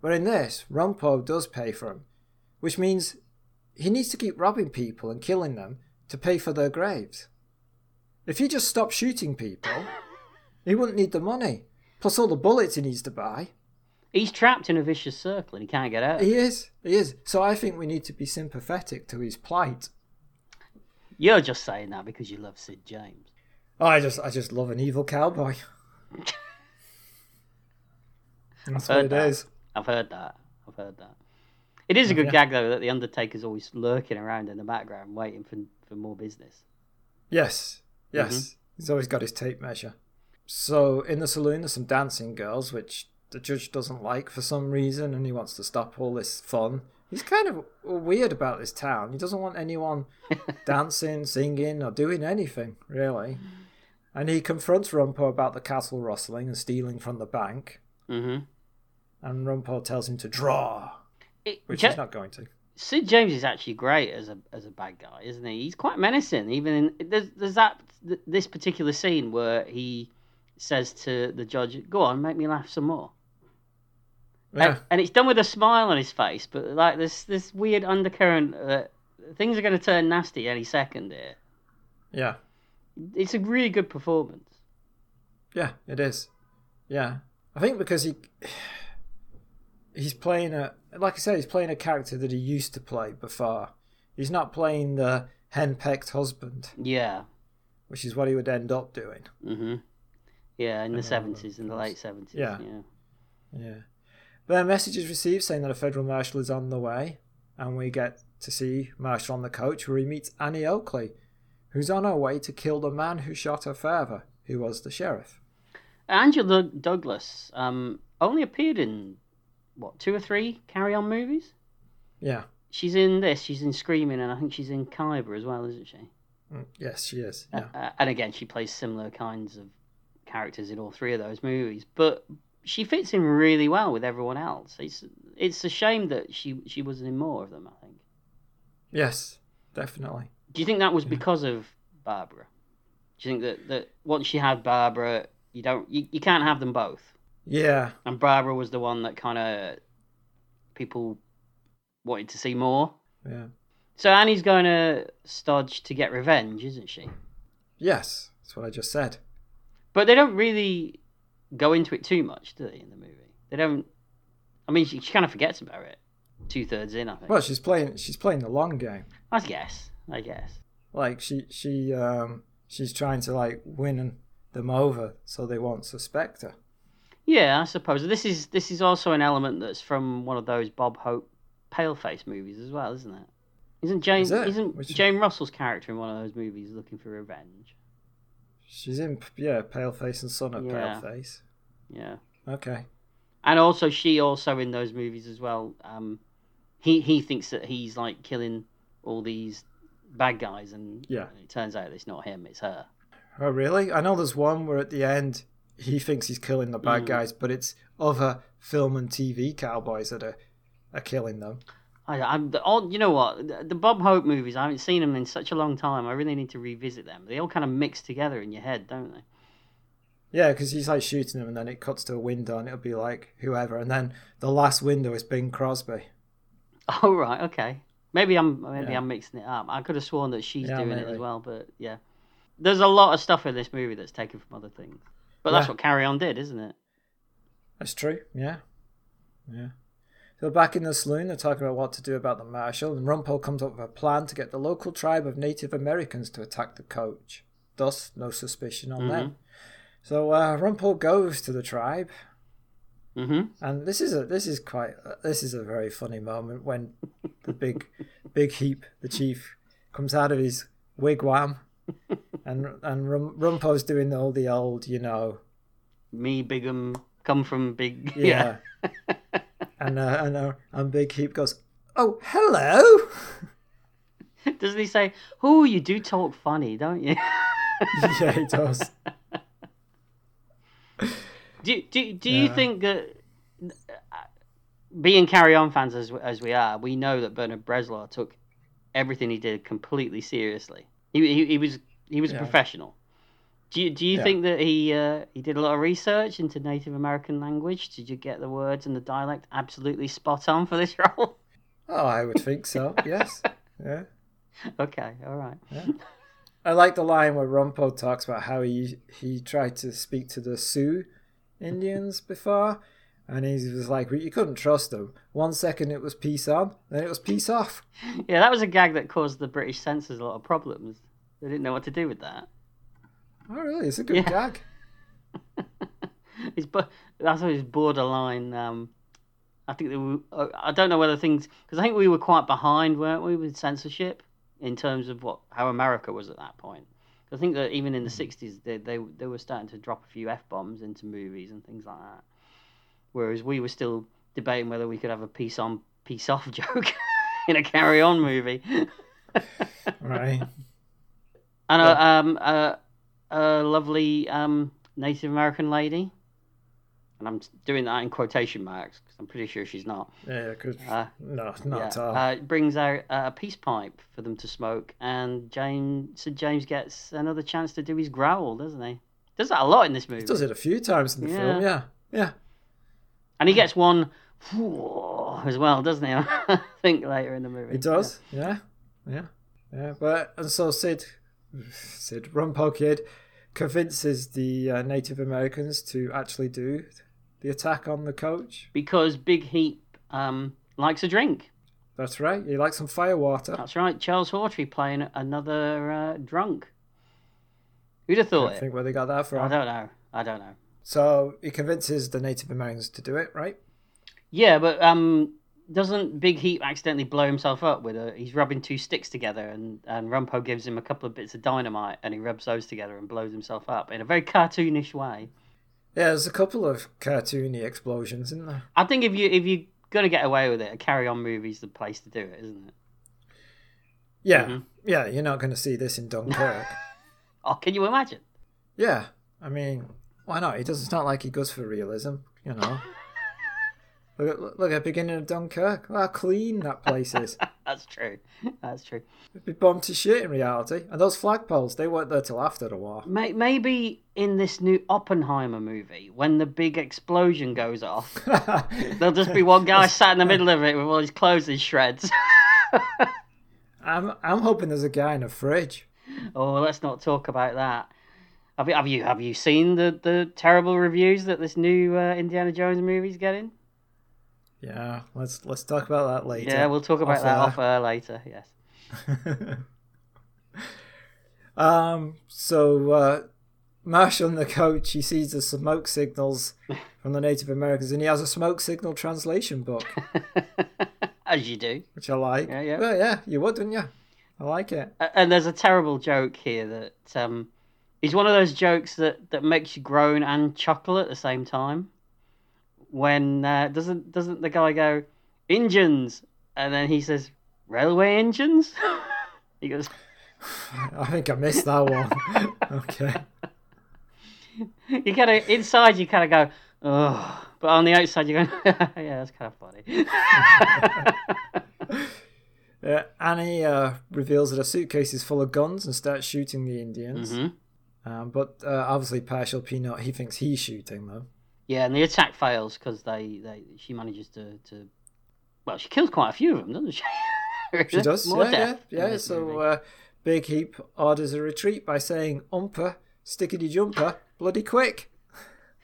[SPEAKER 1] But in this, Rumpo does pay for them, which means he needs to keep robbing people and killing them to pay for their graves. If he just stopped shooting people, he wouldn't need the money. Plus all the bullets he needs to buy.
[SPEAKER 2] He's trapped in a vicious circle and he can't get out.
[SPEAKER 1] He is, he is. So I think we need to be sympathetic to his plight.
[SPEAKER 2] You're just saying that because you love Sid James.
[SPEAKER 1] Oh, I just, I just love an evil
[SPEAKER 2] *laughs*
[SPEAKER 1] cowboy. That's what
[SPEAKER 2] heard
[SPEAKER 1] it
[SPEAKER 2] that.
[SPEAKER 1] is.
[SPEAKER 2] I've heard that. I've heard that. It is a good
[SPEAKER 1] Yeah.
[SPEAKER 2] gag though that the Undertaker's always lurking around in the background, waiting for for more business.
[SPEAKER 1] Yes, yes.
[SPEAKER 2] Mm-hmm.
[SPEAKER 1] He's always got his tape measure. So in the saloon, there's some dancing girls, which the judge doesn't like for some reason, and he wants to stop all this fun. He's kind of weird about this town. He doesn't want
[SPEAKER 2] *laughs*
[SPEAKER 1] anyone dancing, singing, or doing anything, really. And he confronts Rumpo about the cattle rustling and stealing from the bank,
[SPEAKER 2] hmm
[SPEAKER 1] and Rumpo tells him to draw,
[SPEAKER 2] It,
[SPEAKER 1] which
[SPEAKER 2] Ja-
[SPEAKER 1] he's not going to.
[SPEAKER 2] Sid James is actually great as a as a bad guy, isn't he? He's quite menacing. Even in there's there's that th- this particular scene where he says to the judge, "Go on, make me laugh some more,"
[SPEAKER 1] Yeah.
[SPEAKER 2] and, and it's done with a smile on his face, but like this this weird undercurrent that things are going to turn nasty any second. Here,
[SPEAKER 1] yeah.
[SPEAKER 2] it's a really good performance.
[SPEAKER 1] Yeah, it is. Yeah, I think because he *sighs* he's playing a like I said, he's playing a character that he used to play before. He's not playing the henpecked husband,
[SPEAKER 2] Yeah,
[SPEAKER 1] which is what he would end up doing.
[SPEAKER 2] hmm Yeah, in the
[SPEAKER 1] I remember,
[SPEAKER 2] 70s, in the
[SPEAKER 1] yes.
[SPEAKER 2] late 70s.
[SPEAKER 1] Yeah.
[SPEAKER 2] yeah.
[SPEAKER 1] Yeah. But then message is received saying that a federal marshal is on the way, and we get to see Marshall on the coach where he meets Annie Oakley, who's on her way to kill the man who shot her father, who was the sheriff.
[SPEAKER 2] Angela Douglas um, only appeared in what two or three Carry On movies.
[SPEAKER 1] Yeah.
[SPEAKER 2] She's in this. She's in Screaming, and I think she's in Kyber as well, isn't she?
[SPEAKER 1] Mm, Yes, she is.
[SPEAKER 2] *laughs*
[SPEAKER 1] Yeah.
[SPEAKER 2] Uh, and again, she plays similar kinds of characters in all three of those movies, but she fits in really well with everyone else. It's it's a shame that she she wasn't in more of them. I think.
[SPEAKER 1] Yes, definitely.
[SPEAKER 2] Do you think that was
[SPEAKER 1] Yeah.
[SPEAKER 2] because of Barbara? Do you think that, that once you had Barbara, you don't you, you can't have them both?
[SPEAKER 1] Yeah.
[SPEAKER 2] And Barbara was the one that kind of people wanted to see more.
[SPEAKER 1] Yeah.
[SPEAKER 2] So Annie's going to Stodge to get revenge, isn't she?
[SPEAKER 1] Yes, that's what I just said.
[SPEAKER 2] But they don't really go into it too much, do they, in the movie? They don't. I mean, she, she kind of forgets about it two thirds in, I think.
[SPEAKER 1] Well, she's playing. She's playing the long game.
[SPEAKER 2] I guess. I guess.
[SPEAKER 1] Like she, she, um, she's trying to like win them over so they won't suspect her.
[SPEAKER 2] Yeah, I suppose this is this is also an element that's from one of those Bob Hope Paleface movies as well, isn't it? Isn't Jane
[SPEAKER 1] Is it?
[SPEAKER 2] isn't
[SPEAKER 1] Which-
[SPEAKER 2] Jane Russell's character in one of those movies looking for revenge?
[SPEAKER 1] She's in. Yeah, pale face and son of
[SPEAKER 2] Yeah.
[SPEAKER 1] pale face.
[SPEAKER 2] Yeah.
[SPEAKER 1] Okay.
[SPEAKER 2] and also she also in those movies as well um he he thinks that he's like killing all these bad guys and
[SPEAKER 1] Yeah.
[SPEAKER 2] and it turns out it's not him it's her
[SPEAKER 1] Oh, really? I know there's one where at the end he thinks he's killing the bad
[SPEAKER 2] Mm.
[SPEAKER 1] guys, but it's other film and TV cowboys that are, are killing them.
[SPEAKER 2] I, I'm the all, you know what the, the Bob Hope movies I haven't seen them in such a long time I really need to revisit them they all kind of mix together in your head don't they *laughs*
[SPEAKER 1] Yeah, because he's like shooting them, and then it cuts to a window, and it'll be like whoever, and then the last window is Bing Crosby.
[SPEAKER 2] oh right okay maybe I'm maybe
[SPEAKER 1] Yeah.
[SPEAKER 2] I'm mixing it up I could have sworn that she's
[SPEAKER 1] Yeah,
[SPEAKER 2] doing it
[SPEAKER 1] maybe.
[SPEAKER 2] as well but yeah there's a lot of stuff in this movie that's taken from other things but that's
[SPEAKER 1] Yeah.
[SPEAKER 2] what Carry On did isn't it
[SPEAKER 1] That's true. Yeah, yeah. So back in the saloon, they're talking about what to do about the marshal, and Rumpel comes up with a plan to get the local tribe of Native Americans to attack the coach. Thus, no suspicion on them. So uh, Rumpel goes to the tribe,
[SPEAKER 2] mm-hmm
[SPEAKER 1] And this is a this is quite uh, this is a very funny moment when the big *laughs* big heap the chief comes out of his wigwam and and Rum, Rumpo's doing all the old you know
[SPEAKER 2] me Bigham come from big *laughs* yeah
[SPEAKER 1] yeah, and uh, and uh, and big heap goes oh hello
[SPEAKER 2] doesn't he say oh you do talk funny don't you *laughs*
[SPEAKER 1] yeah he does
[SPEAKER 2] do do, do you
[SPEAKER 1] Yeah.
[SPEAKER 2] think that being carry on fans as as we are we know that Bernard Breslau took everything he did completely seriously he he, he was he was
[SPEAKER 1] Yeah.
[SPEAKER 2] a professional do you, do you
[SPEAKER 1] Yeah.
[SPEAKER 2] think that he uh, he did a lot of research into Native American language? Did you get the words and the dialect absolutely spot on for this *laughs* role?
[SPEAKER 1] oh I would think so yes yeah
[SPEAKER 2] okay, all right.
[SPEAKER 1] I like the line where Rumpo talks about how he he tried to speak to the Sioux Indians before, and he was like, "You couldn't trust them. One second it was peace on, then it was peace off."
[SPEAKER 2] Yeah, that was a gag that caused the British censors a lot of problems. They didn't know what to do with that.
[SPEAKER 1] Oh, really? It's a good
[SPEAKER 2] Yeah.
[SPEAKER 1] gag.
[SPEAKER 2] It's but that's always borderline. Um, I think they were, uh, I don't know whether things because I think we were quite behind, weren't we, with censorship in terms of what how America was at that point. I think that even in the sixties, they, they they were starting to drop a few f bombs into movies and things like that, whereas we were still debating whether we could have a peace on peace off *laughs* joke in a carry on movie.
[SPEAKER 1] Right.
[SPEAKER 2] And a,
[SPEAKER 1] Yeah.
[SPEAKER 2] um, a, a lovely um, Native American lady. And I'm doing that in quotation marks because I'm pretty sure she's not.
[SPEAKER 1] Yeah, 'cause-
[SPEAKER 2] Uh,
[SPEAKER 1] no, not
[SPEAKER 2] yeah,
[SPEAKER 1] at all.
[SPEAKER 2] Uh, brings out uh, a peace pipe for them to smoke, and James Sir James gets another chance to do his growl, doesn't he? Does that a lot in this movie,
[SPEAKER 1] he does it a few times in the film. Yeah, yeah,
[SPEAKER 2] and he gets one as well, doesn't he? *laughs* I think later in the movie
[SPEAKER 1] he does. Yeah, yeah, yeah. But and so Sid, Sid Rumpo Kid convinces the uh, Native Americans to actually do the attack on the coach.
[SPEAKER 2] because Big Heap um, likes a drink.
[SPEAKER 1] That's right. You like some fire water.
[SPEAKER 2] That's right, Charles Hawtrey playing another uh, drunk. Who'd have
[SPEAKER 1] I
[SPEAKER 2] thought
[SPEAKER 1] don't
[SPEAKER 2] it?
[SPEAKER 1] think where they got that
[SPEAKER 2] I
[SPEAKER 1] from.
[SPEAKER 2] don't know. I don't know.
[SPEAKER 1] So he convinces the Native Americans to do it, right?
[SPEAKER 2] Yeah, but um, doesn't Big Heap accidentally blow himself up with a? He's rubbing two sticks together, and and Rumpo gives him a couple of bits of dynamite, and he rubs those together and blows himself up in a very cartoonish way.
[SPEAKER 1] Yeah, there's a couple of cartoony explosions, isn't there?
[SPEAKER 2] I think if you if you're gonna get away with it, a Carry On movie's the place to do it, isn't it?
[SPEAKER 1] Yeah,
[SPEAKER 2] Mhm.
[SPEAKER 1] yeah, you're not going to see this in
[SPEAKER 2] *laughs*
[SPEAKER 1] Dunkirk.
[SPEAKER 2] Oh, can you imagine?
[SPEAKER 1] yeah, I mean, why not? He does. It's not like he goes for realism, you know. look at look at the beginning of Dunkirk. Look how clean that place is. *laughs*
[SPEAKER 2] That's true. *laughs* That's true.
[SPEAKER 1] It'd be bombed to shit in reality. And those flagpoles, they weren't there till after the
[SPEAKER 2] *laughs*
[SPEAKER 1] war. *laughs*
[SPEAKER 2] May- Maybe in this new Oppenheimer movie, when the big explosion goes off, there'll just be one guy sat in the middle of it with all his clothes in shreds. *laughs*
[SPEAKER 1] I'm I'm hoping there's a guy in a fridge.
[SPEAKER 2] Oh, let's not talk about that. Have you have you, have you seen the, the terrible reviews that this new uh, Indiana Jones movie's getting?
[SPEAKER 1] Yeah, let's let's talk about that later.
[SPEAKER 2] Yeah, we'll talk about
[SPEAKER 1] Off
[SPEAKER 2] that
[SPEAKER 1] air.
[SPEAKER 2] off air later. Yes. *laughs*
[SPEAKER 1] *laughs* um, so uh, Marshall and the coach, he sees the smoke signals from the Native Americans, and he has a smoke signal translation book,
[SPEAKER 2] As you do.
[SPEAKER 1] which I like.
[SPEAKER 2] Yeah, yeah.
[SPEAKER 1] Well, yeah, you would, wouldn't you? I like it. *laughs*
[SPEAKER 2] A- And there's a terrible joke here that um, is one of those jokes that, that makes you groan and chuckle at the same time. When uh, doesn't doesn't the guy go engines, and then he says railway engines? *laughs* he goes,
[SPEAKER 1] I think I missed that
[SPEAKER 2] *laughs*
[SPEAKER 1] one. okay.
[SPEAKER 2] you kind of inside you kind of go oh but on the outside you're going *laughs* yeah that's kind of funny *laughs*
[SPEAKER 1] Uh, Annie uh, reveals that a suitcase is full of guns and starts shooting the Indians.
[SPEAKER 2] Mhm.
[SPEAKER 1] Um, but uh, obviously, partial peanut, he thinks he's shooting them.
[SPEAKER 2] yeah and the attack fails because they, they she manages to, to well she kills quite a few of them doesn't she
[SPEAKER 1] *laughs* She does.
[SPEAKER 2] More
[SPEAKER 1] yeah,
[SPEAKER 2] death in
[SPEAKER 1] yeah, yeah.
[SPEAKER 2] this
[SPEAKER 1] So
[SPEAKER 2] movie.
[SPEAKER 1] uh, Big Heap orders a retreat by saying, Umper, stickety jumper, bloody quick.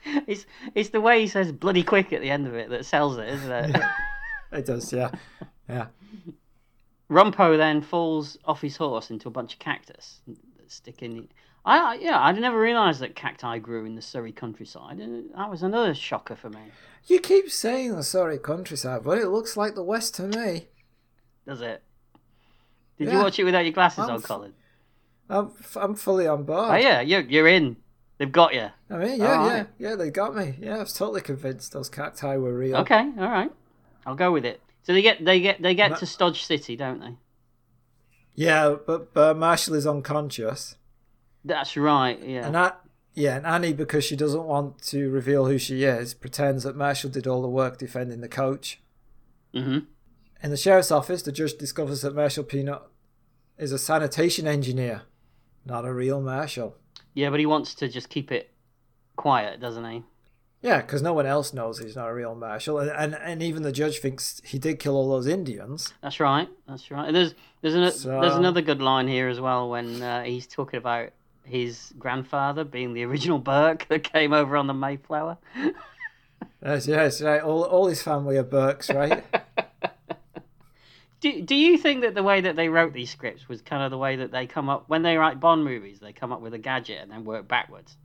[SPEAKER 1] uh,
[SPEAKER 2] it's, it's the way he says bloody quick at the end of it that sells it isn't it *laughs*
[SPEAKER 1] It does, yeah. Yeah.
[SPEAKER 2] Rumpo then falls off his horse into a bunch of cactus that stick in. I I- yeah, I never realised that cacti grew in the Surrey countryside. and That was another shocker for me.
[SPEAKER 1] You keep saying the sorry countryside, but it looks like the West to me.
[SPEAKER 2] Does it? Did you
[SPEAKER 1] Yeah.
[SPEAKER 2] watch it without your glasses
[SPEAKER 1] I'm
[SPEAKER 2] on,
[SPEAKER 1] f-
[SPEAKER 2] Colin?
[SPEAKER 1] I'm, f- I'm fully on board.
[SPEAKER 2] Oh yeah, you're you're in. They've got you.
[SPEAKER 1] I mean, yeah, yeah,
[SPEAKER 2] Alright.
[SPEAKER 1] yeah, they got me. Yeah, I was totally convinced those cacti were real.
[SPEAKER 2] Okay, all right. I'll go with it. So they get they get they get
[SPEAKER 1] Ma-
[SPEAKER 2] to Stodge City, don't they?
[SPEAKER 1] Yeah, but, but Marshall is unconscious.
[SPEAKER 2] That's right. Yeah.
[SPEAKER 1] And that, yeah, and Annie, because she doesn't want to reveal who she is, pretends that Marshall did all the work defending the coach.
[SPEAKER 2] hmm
[SPEAKER 1] In the sheriff's office, the judge discovers that Marshall Peanut is a sanitation engineer, not a real Marshall.
[SPEAKER 2] Yeah, but he wants to just keep it quiet, doesn't he?
[SPEAKER 1] Yeah, because no one else knows he's not a real Marshall, and, and and even the judge thinks he did kill all those Indians.
[SPEAKER 2] That's right. That's right. And There's there's an, there's
[SPEAKER 1] So-
[SPEAKER 2] another good line here as well when uh, he's talking about his grandfather being the original Burke that came over on the Mayflower.
[SPEAKER 1] Yes, yes, right. All all his family are Burkes,
[SPEAKER 2] *laughs*
[SPEAKER 1] right?
[SPEAKER 2] Do, do you think that the way that they wrote these scripts was kind of the way that they come up when they write Bond movies? They come up with a gadget and then work backwards.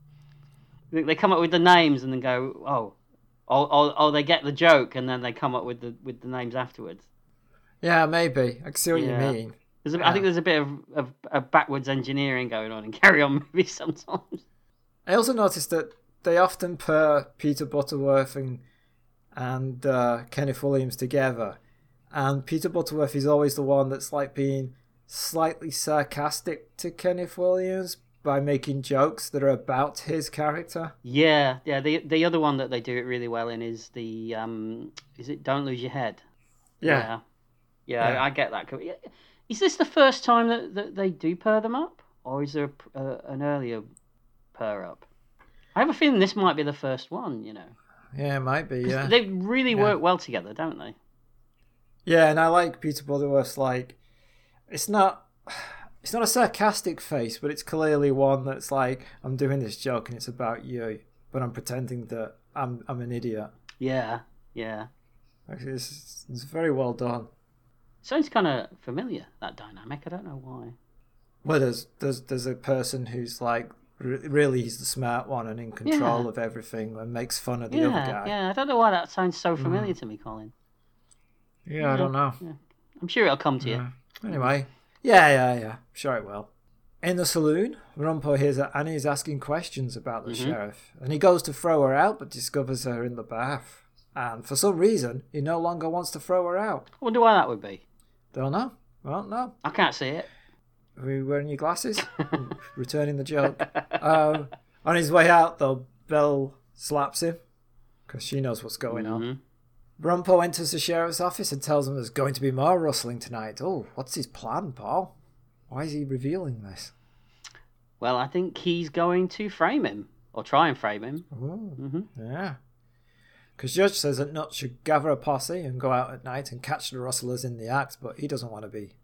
[SPEAKER 2] They they come up with the names and then go, oh, oh, oh, oh, they get the joke and then they come up with the with the names afterwards.
[SPEAKER 1] yeah, maybe. I can see what
[SPEAKER 2] Yeah.
[SPEAKER 1] you mean.
[SPEAKER 2] There's a, I
[SPEAKER 1] Yeah.
[SPEAKER 2] think there's a bit of, of, of backwards engineering going on in *laughs* Carry On movies sometimes.
[SPEAKER 1] I also noticed that they often pair Peter Butterworth and and uh, Kenneth Williams together, and Peter Butterworth is always the one that's like being slightly sarcastic to Kenneth Williams by making jokes that are about his character.
[SPEAKER 2] Yeah, yeah. The the other one that they do it really well in is the um, is it Don't Lose Your Head. yeah, Yeah,
[SPEAKER 1] Yeah.
[SPEAKER 2] I, I get that. Co- yeah. Is this the first time that, that they do pair them up, or is there a p uh, an earlier pair up? I have a feeling this might be the first one. You know,
[SPEAKER 1] yeah, it might be.
[SPEAKER 2] 'Cause
[SPEAKER 1] Yeah,
[SPEAKER 2] they really
[SPEAKER 1] Yeah.
[SPEAKER 2] work well together, don't they?
[SPEAKER 1] Yeah, and I like Peter Butterworth's like it's not *sighs* it's not a sarcastic face, but it's clearly one that's like, I'm doing this joke and it's about you, but I'm pretending that I'm I'm an idiot.
[SPEAKER 2] Yeah, yeah.
[SPEAKER 1] Like, It's, it's very well done.
[SPEAKER 2] Sounds kind of familiar that dynamic. I don't know why.
[SPEAKER 1] Well, there's there's there's a person who's like re- really he's the smart one and in control of everything and makes fun of the
[SPEAKER 2] yeah,
[SPEAKER 1] other guy. Mm.
[SPEAKER 2] yeah. I don't know why that sounds so familiar to me, Colin.
[SPEAKER 1] Yeah, I don't know.
[SPEAKER 2] I'm sure it'll come to
[SPEAKER 1] Mm.
[SPEAKER 2] you.
[SPEAKER 1] Anyway, yeah, yeah, yeah. Sure, it will. In the saloon, Rumpo hears that Annie is asking questions about the
[SPEAKER 2] Mm-hmm.
[SPEAKER 1] sheriff, and he goes to throw her out but discovers her in the bath. And for some reason, he no longer wants to throw her out.
[SPEAKER 2] I wonder why that would be.
[SPEAKER 1] Don't know. Well, no.
[SPEAKER 2] I can't see it.
[SPEAKER 1] Are you wearing your
[SPEAKER 2] *laughs*
[SPEAKER 1] glasses? Returning the joke. Um, on his way out, though, Belle slaps him because she knows what's going on.
[SPEAKER 2] Mhm.
[SPEAKER 1] Rumpo enters the sheriff's office and tells him there's going to be more rustling tonight. Oh, what's his plan, Paul? Why is he revealing this?
[SPEAKER 2] Well, I think he's going to frame him or try and frame him.
[SPEAKER 1] Ooh,
[SPEAKER 2] Mhm.
[SPEAKER 1] Oh, Yeah. Because Judge says that Nut should gather a posse and go out at night and catch the rustlers in the act, but he doesn't want to be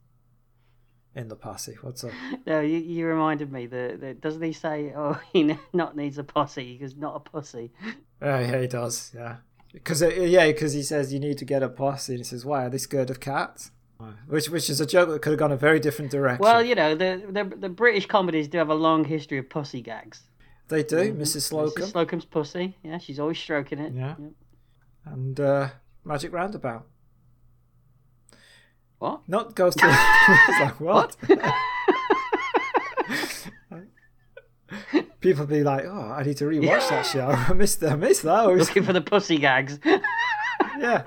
[SPEAKER 1] in the posse. What's up?
[SPEAKER 2] No, you, you reminded me that, that doesn't he say, *laughs* oh, he n- not needs a posse because not a pussy.
[SPEAKER 1] Yeah, yeah, he does. Yeah, because yeah, because he says you need to get a posse, and he says, "Why are they scared of cats?" Which which is a joke that could have gone a very different direction.
[SPEAKER 2] Well, you know, the, the the British comedies do have a long history of pussy gags.
[SPEAKER 1] they do, Mrs. Slocum,
[SPEAKER 2] Mrs. Slocum's pussy. Yeah, she's always stroking it.
[SPEAKER 1] Yeah. and uh, Magic Roundabout. *laughs*
[SPEAKER 2] What? *laughs*
[SPEAKER 1] Not goes to. *laughs* It's like, what? People be like, "Oh, I need to rewatch that show. *laughs* I missed, I missed those."
[SPEAKER 2] Looking for the pussy gags. *laughs*
[SPEAKER 1] yeah.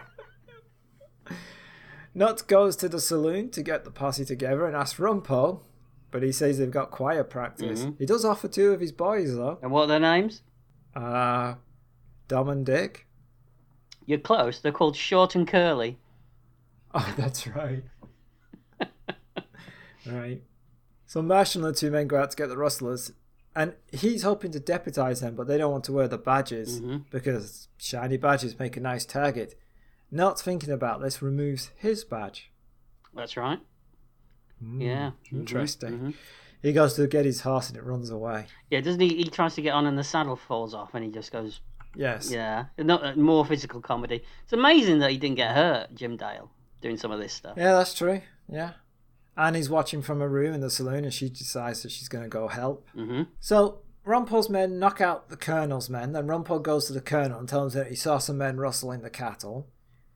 [SPEAKER 1] Nut goes to the saloon to get the posse together and asks Rumpo, but he says they've got choir practice. He does offer two of his boys though,
[SPEAKER 2] and what are their names?
[SPEAKER 1] uh, Dom and Dick. *laughs*
[SPEAKER 2] You're close. They're called Short and Curly. *laughs*
[SPEAKER 1] Oh, that's right. right. So Marshall and the two men go out to get the rustlers, and he's hoping to deputize them, but they don't want to wear the badges
[SPEAKER 2] Mm-hmm.
[SPEAKER 1] because shiny badges make a nice target. Not thinking about this removes his badge.
[SPEAKER 2] That's right. yeah.
[SPEAKER 1] Hmm. Interesting.
[SPEAKER 2] Mhm.
[SPEAKER 1] He goes to get his horse and it runs away.
[SPEAKER 2] Yeah, doesn't he? He tries to get on and the saddle falls off and he just goes,
[SPEAKER 1] Yes.
[SPEAKER 2] yeah. Not, uh, more physical comedy. It's amazing that he didn't get hurt, Jim Dale, doing some of this stuff.
[SPEAKER 1] Yeah, that's true. Yeah. Annie's watching from a room in the saloon and she decides that she's going to go help.
[SPEAKER 2] Mhm.
[SPEAKER 1] So Rumpel's men knock out the colonel's men. Then Rumpel goes to the colonel and tells him that he saw some men rustling the cattle.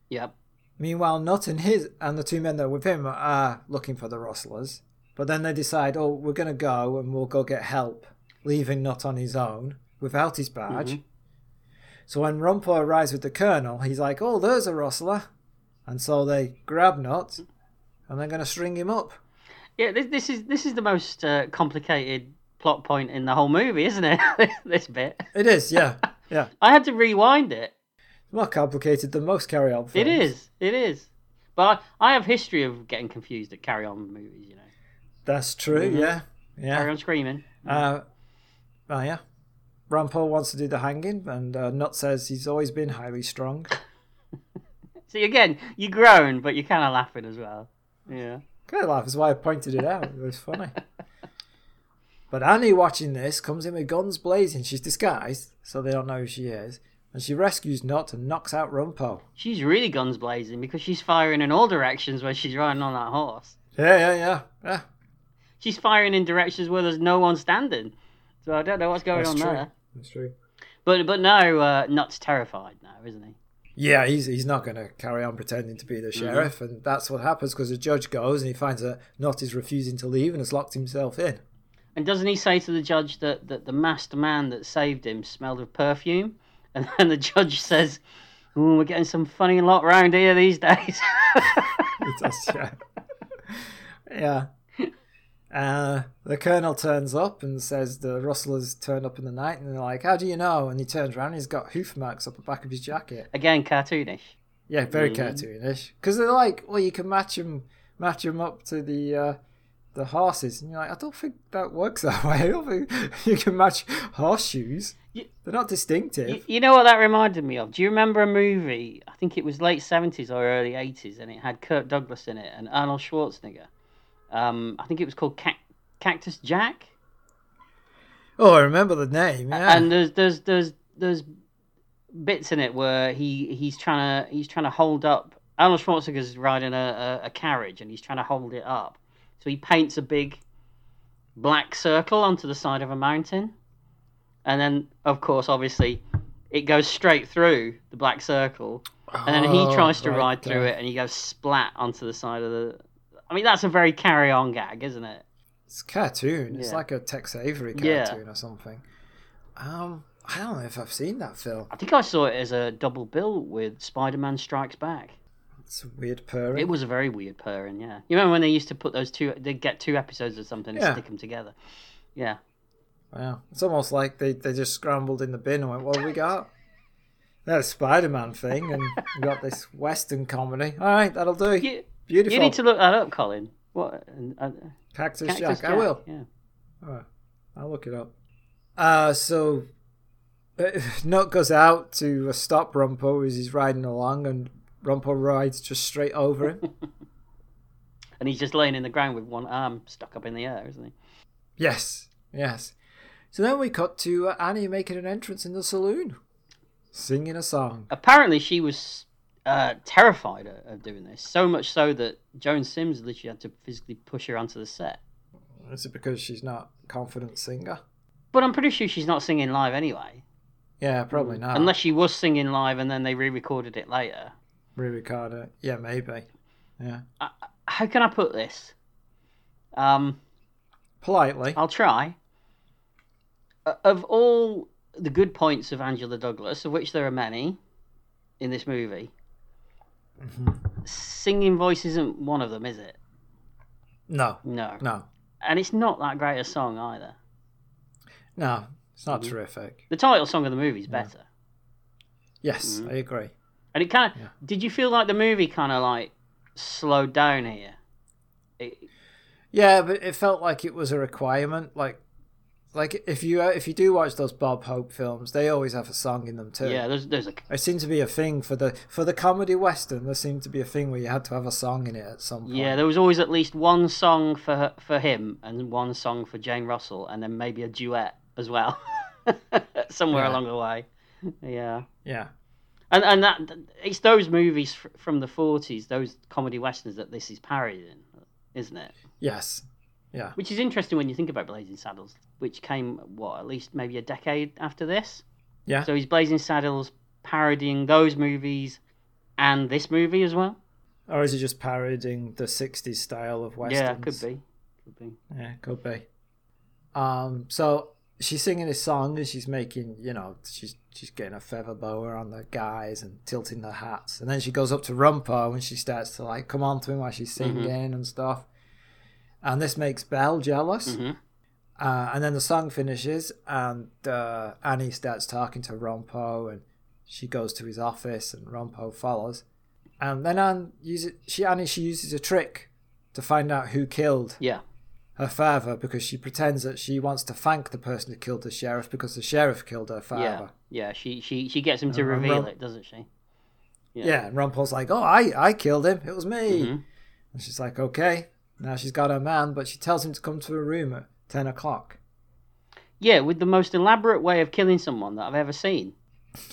[SPEAKER 2] Yep.
[SPEAKER 1] Meanwhile, Nut and his and the two men that are with him are looking for the rustlers. But then they decide, oh, we're going to go and we'll go get help, leaving Nut on his own without his badge.
[SPEAKER 2] Mm-hmm.
[SPEAKER 1] So when Rumpo arrives with the colonel, he's like, oh, there's a rustler. And so they grab Nut and they're going to string him up.
[SPEAKER 2] Yeah, this, this is this is the most uh, complicated plot point in the whole movie, isn't it? *laughs* this bit.
[SPEAKER 1] It is,
[SPEAKER 2] *laughs*
[SPEAKER 1] yeah. yeah.
[SPEAKER 2] I had to rewind it.
[SPEAKER 1] More complicated than most carry on
[SPEAKER 2] It
[SPEAKER 1] films.
[SPEAKER 2] is. It is. But I, I have history of getting confused at carry on movies. You know,
[SPEAKER 1] That's true,
[SPEAKER 2] Mm-hmm.
[SPEAKER 1] yeah. Yeah.
[SPEAKER 2] carry on screaming.
[SPEAKER 1] Uh, oh yeah. Rampo wants to do the hanging, and uh, Nut says he's always been highly strong.
[SPEAKER 2] See again, you groan, but you're kind of laughing as well. Yeah.
[SPEAKER 1] Kind of laugh is why I pointed it out. It was *laughs* funny. But Annie, watching this, comes in with guns blazing. She's disguised, so they don't know who she is, and she rescues Nut and knocks out Rumpo.
[SPEAKER 2] She's really guns blazing because she's firing in all directions when she's riding on that horse.
[SPEAKER 1] Yeah, yeah, yeah, yeah.
[SPEAKER 2] She's firing in directions where there's no one standing. So I don't know what's going
[SPEAKER 1] That's
[SPEAKER 2] on
[SPEAKER 1] true.
[SPEAKER 2] there.
[SPEAKER 1] That's true.
[SPEAKER 2] But but no, uh, Nut's terrified now, isn't he?
[SPEAKER 1] Yeah, he's he's not going to carry on pretending to be the sheriff, and that's what happens because the judge goes and he finds that Nut is refusing to leave and has locked himself in.
[SPEAKER 2] And doesn't he say to the judge that, that the masked man that saved him smelled of perfume? *laughs* And then the judge says, Ooh, we're getting some funny lot round here these *laughs* days.
[SPEAKER 1] It does, yeah. yeah. Uh, the colonel turns up and says the rustlers turned up in the night, and they're like, "How do you know?" And he turns around, and he's got hoof marks up the back of his jacket.
[SPEAKER 2] Again, cartoonish.
[SPEAKER 1] Yeah,
[SPEAKER 2] Mm.
[SPEAKER 1] very cartoonish. Because they're like, "Well, you can match him, match him up to the uh, the horses," and you're like, "I don't think that works that *laughs* way. I don't think you can match horseshoes.
[SPEAKER 2] You-
[SPEAKER 1] They're not distinctive."
[SPEAKER 2] You, you know what that reminded me of? Do you remember a movie? I think it was late 70s or early 80s, and it had Kirk Douglas in it and Arnold Schwarzenegger. Um, I think it was called Cac- Cactus Jack.
[SPEAKER 1] oh, I remember the name. Yeah,
[SPEAKER 2] and there's there's there's there's bits in it where he he's trying to he's trying to hold up Arnold Schwarzenegger's riding a, a, a carriage and he's trying to hold it up, so he paints a big black circle onto the side of a mountain. And then, of course, obviously, it goes straight through the black circle. And then
[SPEAKER 1] Oh,
[SPEAKER 2] he tries to ride through it and he goes splat onto the side of the. I mean, that's a very carry on gag, isn't it?
[SPEAKER 1] It's cartoon. It's
[SPEAKER 2] Yeah.
[SPEAKER 1] like a Tex Avery
[SPEAKER 2] Yeah.
[SPEAKER 1] cartoon or something. Um, I don't know if I've seen that film.
[SPEAKER 2] I think I saw it as a double bill with Spider Man Strikes Back.
[SPEAKER 1] It's a weird pairing.
[SPEAKER 2] It was a very weird pairing, yeah. You remember when they used to put those two, they'd get two episodes or something and
[SPEAKER 1] Yeah.
[SPEAKER 2] stick 'em stick them together? Yeah.
[SPEAKER 1] Wow. It's almost like they, they just scrambled in the bin and went, What have we got? That Spider Man thing, and *laughs* we got this Western comedy. All right, that'll do.
[SPEAKER 2] You,
[SPEAKER 1] Beautiful.
[SPEAKER 2] you need to look that up, Colin. What? Uh,
[SPEAKER 1] Cactus,
[SPEAKER 2] Cactus
[SPEAKER 1] Jack. I
[SPEAKER 2] Jack,
[SPEAKER 1] will.
[SPEAKER 2] Yeah.
[SPEAKER 1] All right. I'll look it up. Uh, so, *laughs* uh, Nut goes out to uh, stop Rumpo as he's riding along, and Rumpo rides just straight over him.
[SPEAKER 2] And he's just laying in the ground with one arm stuck up in the air, isn't he?
[SPEAKER 1] Yes, yes. So then we cut to uh, Annie making an entrance in the saloon, singing a song.
[SPEAKER 2] Apparently, she was uh, terrified o- of doing this, so much so that Joan Sims literally had to physically push her onto the set.
[SPEAKER 1] Is it because she's not a confident singer?
[SPEAKER 2] But I'm pretty sure she's not singing live anyway.
[SPEAKER 1] Yeah, probably not.
[SPEAKER 2] Unless she was singing live and then they re recorded it later.
[SPEAKER 1] Ruby Carter. Yeah, maybe. Yeah.
[SPEAKER 2] How can I put this? Um,
[SPEAKER 1] Politely.
[SPEAKER 2] I'll try. O- Of all the good points of Angela Douglas, of which there are many in this movie, singing voice isn't one of them, is it?
[SPEAKER 1] No,
[SPEAKER 2] No.
[SPEAKER 1] no,
[SPEAKER 2] And it's not that great a song either.
[SPEAKER 1] no. It's
[SPEAKER 2] Mm-hmm.
[SPEAKER 1] not terrific.
[SPEAKER 2] The title song of the movie is better.
[SPEAKER 1] Yes,
[SPEAKER 2] Mm-hmm.
[SPEAKER 1] I agree.
[SPEAKER 2] And it kind of. Did you feel like the movie kind of like slowed down here? It,
[SPEAKER 1] Yeah, but it felt like it was a requirement. Like, like if you uh, if you do watch those Bob Hope films, they always have a song in them too.
[SPEAKER 2] yeah, there's, there's a.
[SPEAKER 1] It seemed to be a thing for the for the comedy western. There seemed to be a thing where you had to have a song in it at some point.
[SPEAKER 2] Yeah, there was always at least one song for her, for him and one song for Jane Russell, and then maybe a duet as well, *laughs* somewhere
[SPEAKER 1] Yeah.
[SPEAKER 2] along the way. Yeah,
[SPEAKER 1] yeah,
[SPEAKER 2] and and that it's those movies fr- from the forties, those comedy westerns that this is parodying, isn't it?
[SPEAKER 1] yes, yeah.
[SPEAKER 2] Which is interesting when you think about Blazing Saddles, which came what at least maybe a decade after this.
[SPEAKER 1] Yeah.
[SPEAKER 2] So he's Blazing Saddles parodying those movies and this movie as well.
[SPEAKER 1] Or is it just parodying the '60s style of westerns?
[SPEAKER 2] Yeah, could be, could be.
[SPEAKER 1] Yeah, could be. Um, so she's singing this song and she's making, you know, she's she's getting a feather boa on the guys and tilting their hats, and then she goes up to Rumpo and she starts to like come on to him while she's
[SPEAKER 2] Mm-hmm.
[SPEAKER 1] singing and stuff, and this makes Belle jealous.
[SPEAKER 2] Mhm.
[SPEAKER 1] Uh, and then the song finishes, and uh, Annie starts talking to Rompo, and she goes to his office, and Rompo follows. And then Anne uses she Annie she uses a trick to find out who killed
[SPEAKER 2] Yeah.
[SPEAKER 1] her father because she pretends that she wants to thank the person who killed the sheriff because the sheriff killed her
[SPEAKER 2] Yeah,
[SPEAKER 1] father.
[SPEAKER 2] yeah. She she she gets him to
[SPEAKER 1] And Ron-
[SPEAKER 2] reveal
[SPEAKER 1] Ron-
[SPEAKER 2] it, doesn't she?
[SPEAKER 1] Yeah,
[SPEAKER 2] Yeah.
[SPEAKER 1] and Rumpel's like, "Oh, I I killed him. It was me."
[SPEAKER 2] Mhm.
[SPEAKER 1] And she's like, "Okay." Now she's got her man, but she tells him to come to her room at ten o'clock. *laughs*
[SPEAKER 2] Yeah, with the most elaborate way of killing someone that I've ever seen.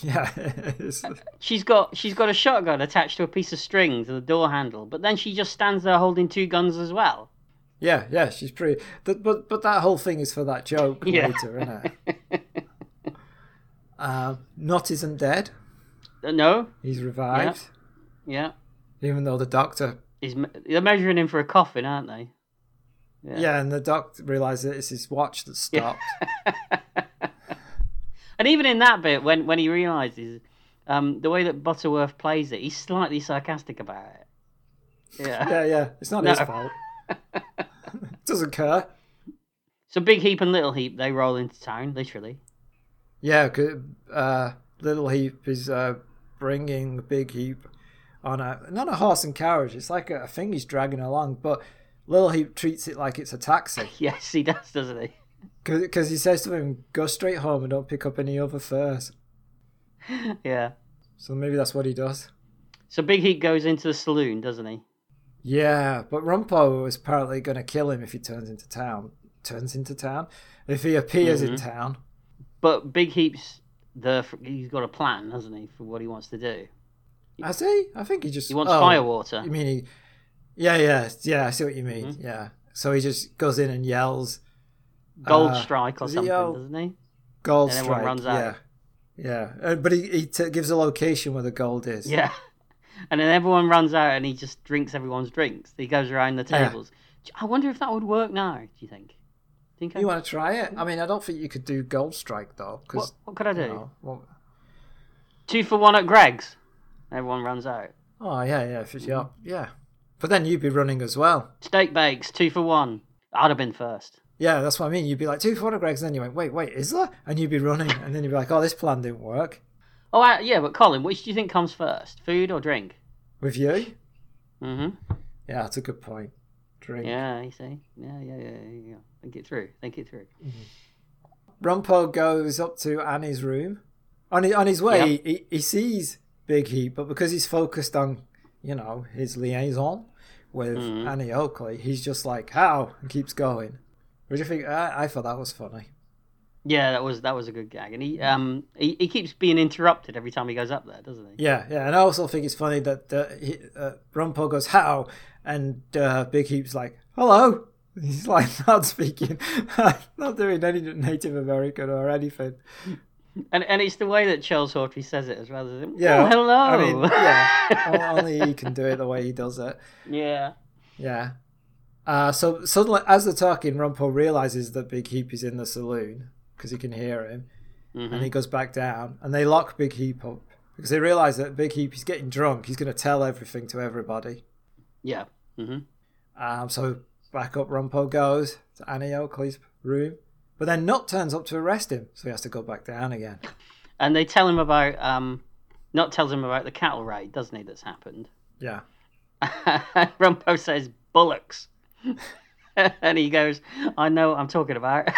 [SPEAKER 1] Yeah, it's-
[SPEAKER 2] She's got she's got a shotgun attached to a piece of string to the door handle, but then she just stands there holding two guns as well.
[SPEAKER 1] yeah, yeah. She's pretty, but but, but that whole thing is for that joke
[SPEAKER 2] Yeah.
[SPEAKER 1] later, isn't it?
[SPEAKER 2] *laughs*
[SPEAKER 1] um, Not isn't dead.
[SPEAKER 2] Uh, No,
[SPEAKER 1] He's revived,
[SPEAKER 2] yeah,
[SPEAKER 1] even though the doctor
[SPEAKER 2] he's me- they're measuring him for a coffin, aren't they? Yeah.
[SPEAKER 1] Yeah, and the doc realized that it's his watch that stopped.
[SPEAKER 2] And even in that bit, when when he realizes um, the way that Butterworth plays it, he's slightly sarcastic about it. Yeah.
[SPEAKER 1] yeah, yeah. It's not
[SPEAKER 2] *laughs* No.
[SPEAKER 1] his fault. Doesn't care.
[SPEAKER 2] So big heap and little heap, they roll into town, literally. *laughs*
[SPEAKER 1] Yeah, 'cause, uh, Little Heap is uh, bringing the Big Heap on a not a horse and carriage. It's like a, a thing he's dragging along, but Little Heap treats it like it's a taxi
[SPEAKER 2] Yes, he does, doesn't he?
[SPEAKER 1] because he says to him, "Go straight home and don't pick up any other fares."
[SPEAKER 2] *laughs* Yeah.
[SPEAKER 1] So maybe that's what he does.
[SPEAKER 2] So Big Heat goes into the saloon, doesn't he?
[SPEAKER 1] Yeah, but Rumpo is apparently going to kill him if he turns into town. Turns into town if he appears in town.
[SPEAKER 2] But Big Heat's there. For, he's got a plan, hasn't he, for what he wants to do?
[SPEAKER 1] Has he? I think he just
[SPEAKER 2] He wants
[SPEAKER 1] oh,
[SPEAKER 2] firewater.
[SPEAKER 1] You mean Mm-hmm. he? Yeah, yeah, yeah. I see what you mean. Yeah. So he just goes in and yells,
[SPEAKER 2] Gold
[SPEAKER 1] Uh,
[SPEAKER 2] Strike or
[SPEAKER 1] does he
[SPEAKER 2] something,
[SPEAKER 1] yell-
[SPEAKER 2] doesn't he?
[SPEAKER 1] Gold
[SPEAKER 2] And everyone
[SPEAKER 1] strike.
[SPEAKER 2] runs
[SPEAKER 1] yeah.
[SPEAKER 2] out.
[SPEAKER 1] Yeah. Uh, but he, he t- gives a location where the gold is.
[SPEAKER 2] Yeah. *laughs* And then everyone runs out and he just drinks everyone's drinks. He goes around the
[SPEAKER 1] Yeah.
[SPEAKER 2] tables. Do- I wonder if that would work now, do you think? Think I,
[SPEAKER 1] You want to try it? I mean, I don't think you could do gold strike though,
[SPEAKER 2] what,
[SPEAKER 1] because
[SPEAKER 2] what could I do?
[SPEAKER 1] well,
[SPEAKER 2] Two for one at Greg's. Everyone runs out.
[SPEAKER 1] oh yeah, yeah, if it's your, yeah. But then you'd be running as well.
[SPEAKER 2] Steak bakes, two for one. I'd have been first.
[SPEAKER 1] Yeah, that's what I mean. You'd be like two photographs, and then you went, wait, wait, is there? And you'd be running, and then you'd be like, oh, this plan didn't work
[SPEAKER 2] Oh, I, yeah, but Colin, which do you think comes first? Food or drink?
[SPEAKER 1] with you.
[SPEAKER 2] hmm
[SPEAKER 1] Yeah, that's a good point. Drink.
[SPEAKER 2] Yeah, you see? Yeah, yeah, yeah, yeah, yeah. Think it through. Think it through.
[SPEAKER 1] Rumpo goes up to Annie's room. On his, on his way, he, he sees Big Heat, but because he's focused on, you know, his liaison with
[SPEAKER 2] Mhm.
[SPEAKER 1] Annie Oakley, he's just like, how? And keeps going. What do you think? I, I thought that was funny.
[SPEAKER 2] Yeah, that was that was a good gag, and
[SPEAKER 1] Mm.
[SPEAKER 2] he um he, he keeps being interrupted every time he goes up there, doesn't he?
[SPEAKER 1] Yeah, yeah. And I also think it's funny that uh, he, uh, Rumpo goes, how? And uh, Big Heat's like, hello. He's like, *laughs* not speaking, not doing any Native American or anything.
[SPEAKER 2] And and it's the way that Charles Hawtrey says it as well as him.
[SPEAKER 1] Yeah,
[SPEAKER 2] oh, hello.
[SPEAKER 1] I mean, yeah. Oh, Only he can do it the way he does it.
[SPEAKER 2] *laughs* yeah.
[SPEAKER 1] Yeah. Uh, so suddenly, as they're talking, Rumpo realizes that Big Heap is in the saloon because he can hear him,
[SPEAKER 2] Mhm.
[SPEAKER 1] and he goes back down, and they lock Big Heap up because they realize that Big Heap is getting drunk. He's going to tell everything to everybody.
[SPEAKER 2] Yeah. hmm
[SPEAKER 1] Um, so back up, Rumpo goes to Annie Oakley's room, but then Nut turns up to arrest him, so he has to go back down again.
[SPEAKER 2] And they tell him about um, not tells him about the cattle raid, doesn't he? That's happened. *laughs*
[SPEAKER 1] Yeah.
[SPEAKER 2] Rumpo says bullocks, *laughs* and he goes, "I know what I'm talking about."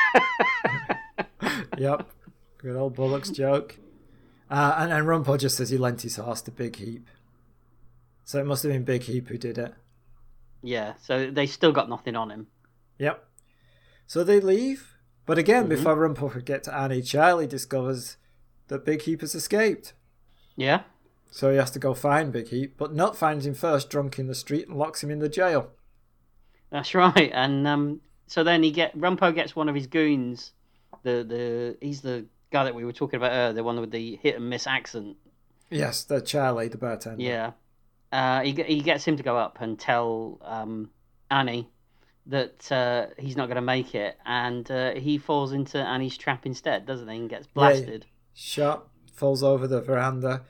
[SPEAKER 2] *laughs*
[SPEAKER 1] Yep. Good old Bullocks joke. Uh, and, and Rumpo just says he lent his horse to Big Heap. So it must have been Big Heap who did it.
[SPEAKER 2] yeah. So they still got nothing on him.
[SPEAKER 1] Yep. So they leave. But again, before Rumpo could get to Annie, Charlie discovers that Big Heap has escaped.
[SPEAKER 2] Yeah.
[SPEAKER 1] So he has to go find Big Heap, but not finds him first, drunk in the street, and locks him in the jail.
[SPEAKER 2] That's right, *laughs* and um, so then he get Rumpo gets one of his goons, the the he's the guy that we were talking about earlier, the one with the hit and miss accent.
[SPEAKER 1] Yes, the Charlie, the bartender.
[SPEAKER 2] Yeah, uh, he ge- he gets him to go up and tell um, Annie that uh, he's not going to make it, and uh, he falls into Annie's trap instead, doesn't he? And gets blasted.
[SPEAKER 1] Shot, falls over the veranda.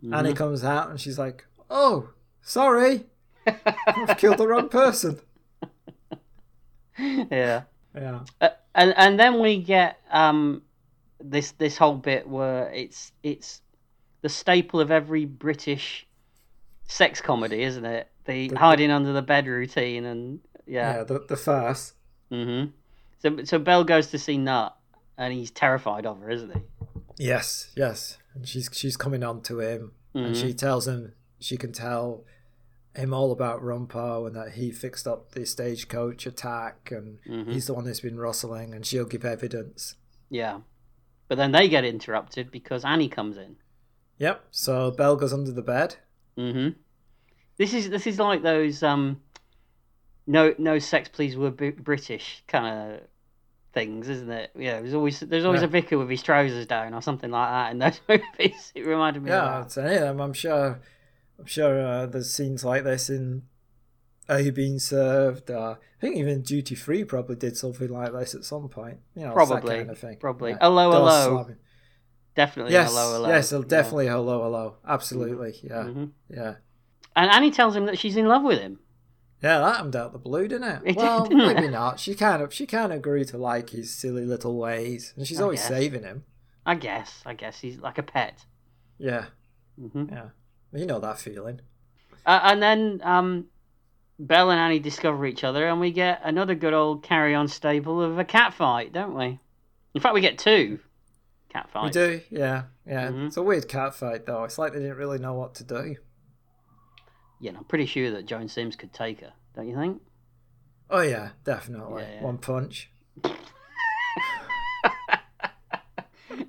[SPEAKER 1] Annie
[SPEAKER 2] Mhm.
[SPEAKER 1] comes out and she's like, Oh, sorry. I've killed the wrong person.
[SPEAKER 2] *laughs* yeah.
[SPEAKER 1] Yeah.
[SPEAKER 2] Uh, and and then we get um this this whole bit where it's it's the staple of every British sex comedy, isn't it? The hiding under the bed routine and yeah.
[SPEAKER 1] Yeah, the, the farce.
[SPEAKER 2] hmm So so Belle goes to see Nut and he's terrified of her, isn't he?
[SPEAKER 1] Yes, yes. And she's she's coming on to him and
[SPEAKER 2] Mhm.
[SPEAKER 1] she tells him she can tell him all about Rumpo and that he fixed up the stagecoach attack and
[SPEAKER 2] Mhm.
[SPEAKER 1] he's the one that's been rustling and she'll give evidence.
[SPEAKER 2] Yeah. But then they get interrupted because Annie comes in.
[SPEAKER 1] Yep. So Bell goes under the bed. Mm-hmm.
[SPEAKER 2] hmm This is this is like those um no no sex please were B- British kind of things, isn't it? Yeah, there's always there's always
[SPEAKER 1] Yeah.
[SPEAKER 2] a vicar with his trousers down or something like that in those *laughs* movies. It reminded me
[SPEAKER 1] Yeah,
[SPEAKER 2] of
[SPEAKER 1] it's any of them. I'm sure. I'm sure uh, there's scenes like this in Are You Being Served? Uh, I think even Duty Free probably did something like this at some point. You know, it's that
[SPEAKER 2] Probably,
[SPEAKER 1] kind of thing.
[SPEAKER 2] probably.
[SPEAKER 1] Yeah.
[SPEAKER 2] Hello,
[SPEAKER 1] Door
[SPEAKER 2] hello.
[SPEAKER 1] slamming.
[SPEAKER 2] that. Definitely
[SPEAKER 1] yes,
[SPEAKER 2] hello, hello.
[SPEAKER 1] yes, it'll
[SPEAKER 2] Yeah.
[SPEAKER 1] definitely hello, hello, absolutely, yeah,
[SPEAKER 2] Mhm.
[SPEAKER 1] yeah,
[SPEAKER 2] And Annie tells him that she's in love with him.
[SPEAKER 1] yeah. That him out the blue, didn't
[SPEAKER 2] It
[SPEAKER 1] it? Well,
[SPEAKER 2] did, didn't
[SPEAKER 1] maybe not. She kind of she kind of grew to like his silly little ways, and she's
[SPEAKER 2] I
[SPEAKER 1] always
[SPEAKER 2] guess.
[SPEAKER 1] saving him.
[SPEAKER 2] I guess. I guess he's like a pet.
[SPEAKER 1] Yeah,
[SPEAKER 2] hmm
[SPEAKER 1] yeah. You know that feeling.
[SPEAKER 2] Uh, and then um, Belle and Annie discover each other, and we get another good old carry-on staple of a cat fight, don't we? In fact, we get two cat
[SPEAKER 1] We
[SPEAKER 2] fights.
[SPEAKER 1] do, yeah, yeah.
[SPEAKER 2] Mhm.
[SPEAKER 1] It's a weird cat fight though. It's like they didn't really know what to do.
[SPEAKER 2] Yeah, and I'm pretty sure that Joan Sims could take her, don't you think?
[SPEAKER 1] Oh yeah, definitely
[SPEAKER 2] Yeah, yeah.
[SPEAKER 1] one punch.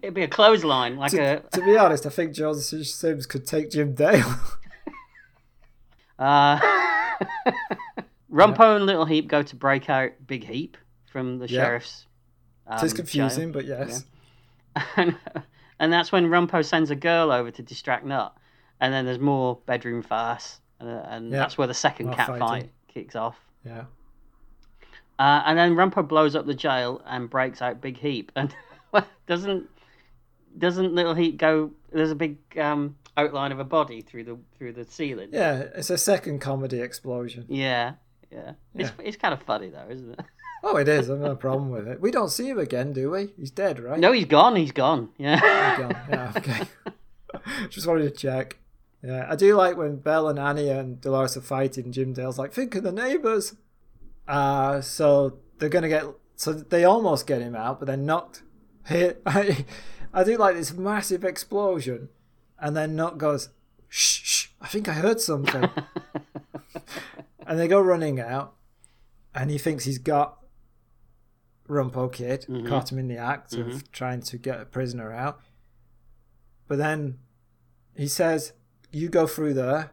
[SPEAKER 2] It'd be a clothesline, like a.
[SPEAKER 1] To be honest, I think John Sims could take Jim Dale. *laughs*
[SPEAKER 2] *laughs* Uh... Rumpo and Little Heap go to break out Big Heap from the
[SPEAKER 1] Yeah.
[SPEAKER 2] sheriff's.
[SPEAKER 1] it is
[SPEAKER 2] um,
[SPEAKER 1] confusing,
[SPEAKER 2] jail.
[SPEAKER 1] but yes.
[SPEAKER 2] and, and that's when Rumpo sends a girl over to distract Nut, and then there's more bedroom farce, and, and
[SPEAKER 1] Yeah.
[SPEAKER 2] that's where the second
[SPEAKER 1] More
[SPEAKER 2] cat
[SPEAKER 1] fighting.
[SPEAKER 2] fight kicks off.
[SPEAKER 1] Yeah.
[SPEAKER 2] Uh, and then Rumpo blows up the jail and breaks out Big Heap, *laughs* and doesn't doesn't Little Heap go? There's a big um, outline of a body through the through the ceiling.
[SPEAKER 1] Yeah, it's a second comedy explosion.
[SPEAKER 2] yeah, yeah. It's it's kind of funny though, isn't it?
[SPEAKER 1] Oh, it is. I've no problem with it. We don't see him again, do we? He's dead, right?
[SPEAKER 2] No, he's gone. He's gone. Yeah.
[SPEAKER 1] Gone. Yeah, okay. Just wanted to check. Yeah, I do like when Belle and Annie and Dolores are fighting. Jim Dale's like, think of the neighbors. Uh, so they're gonna get. So they almost get him out, but they're knocked. Hit. *laughs* I, I do like this massive explosion, and then Nut goes, shh, shh, I think I heard something. and they go running out, and he thinks he's got Rumpo Kid, caught him in the act of trying to get a prisoner out. But then he says, You go through there,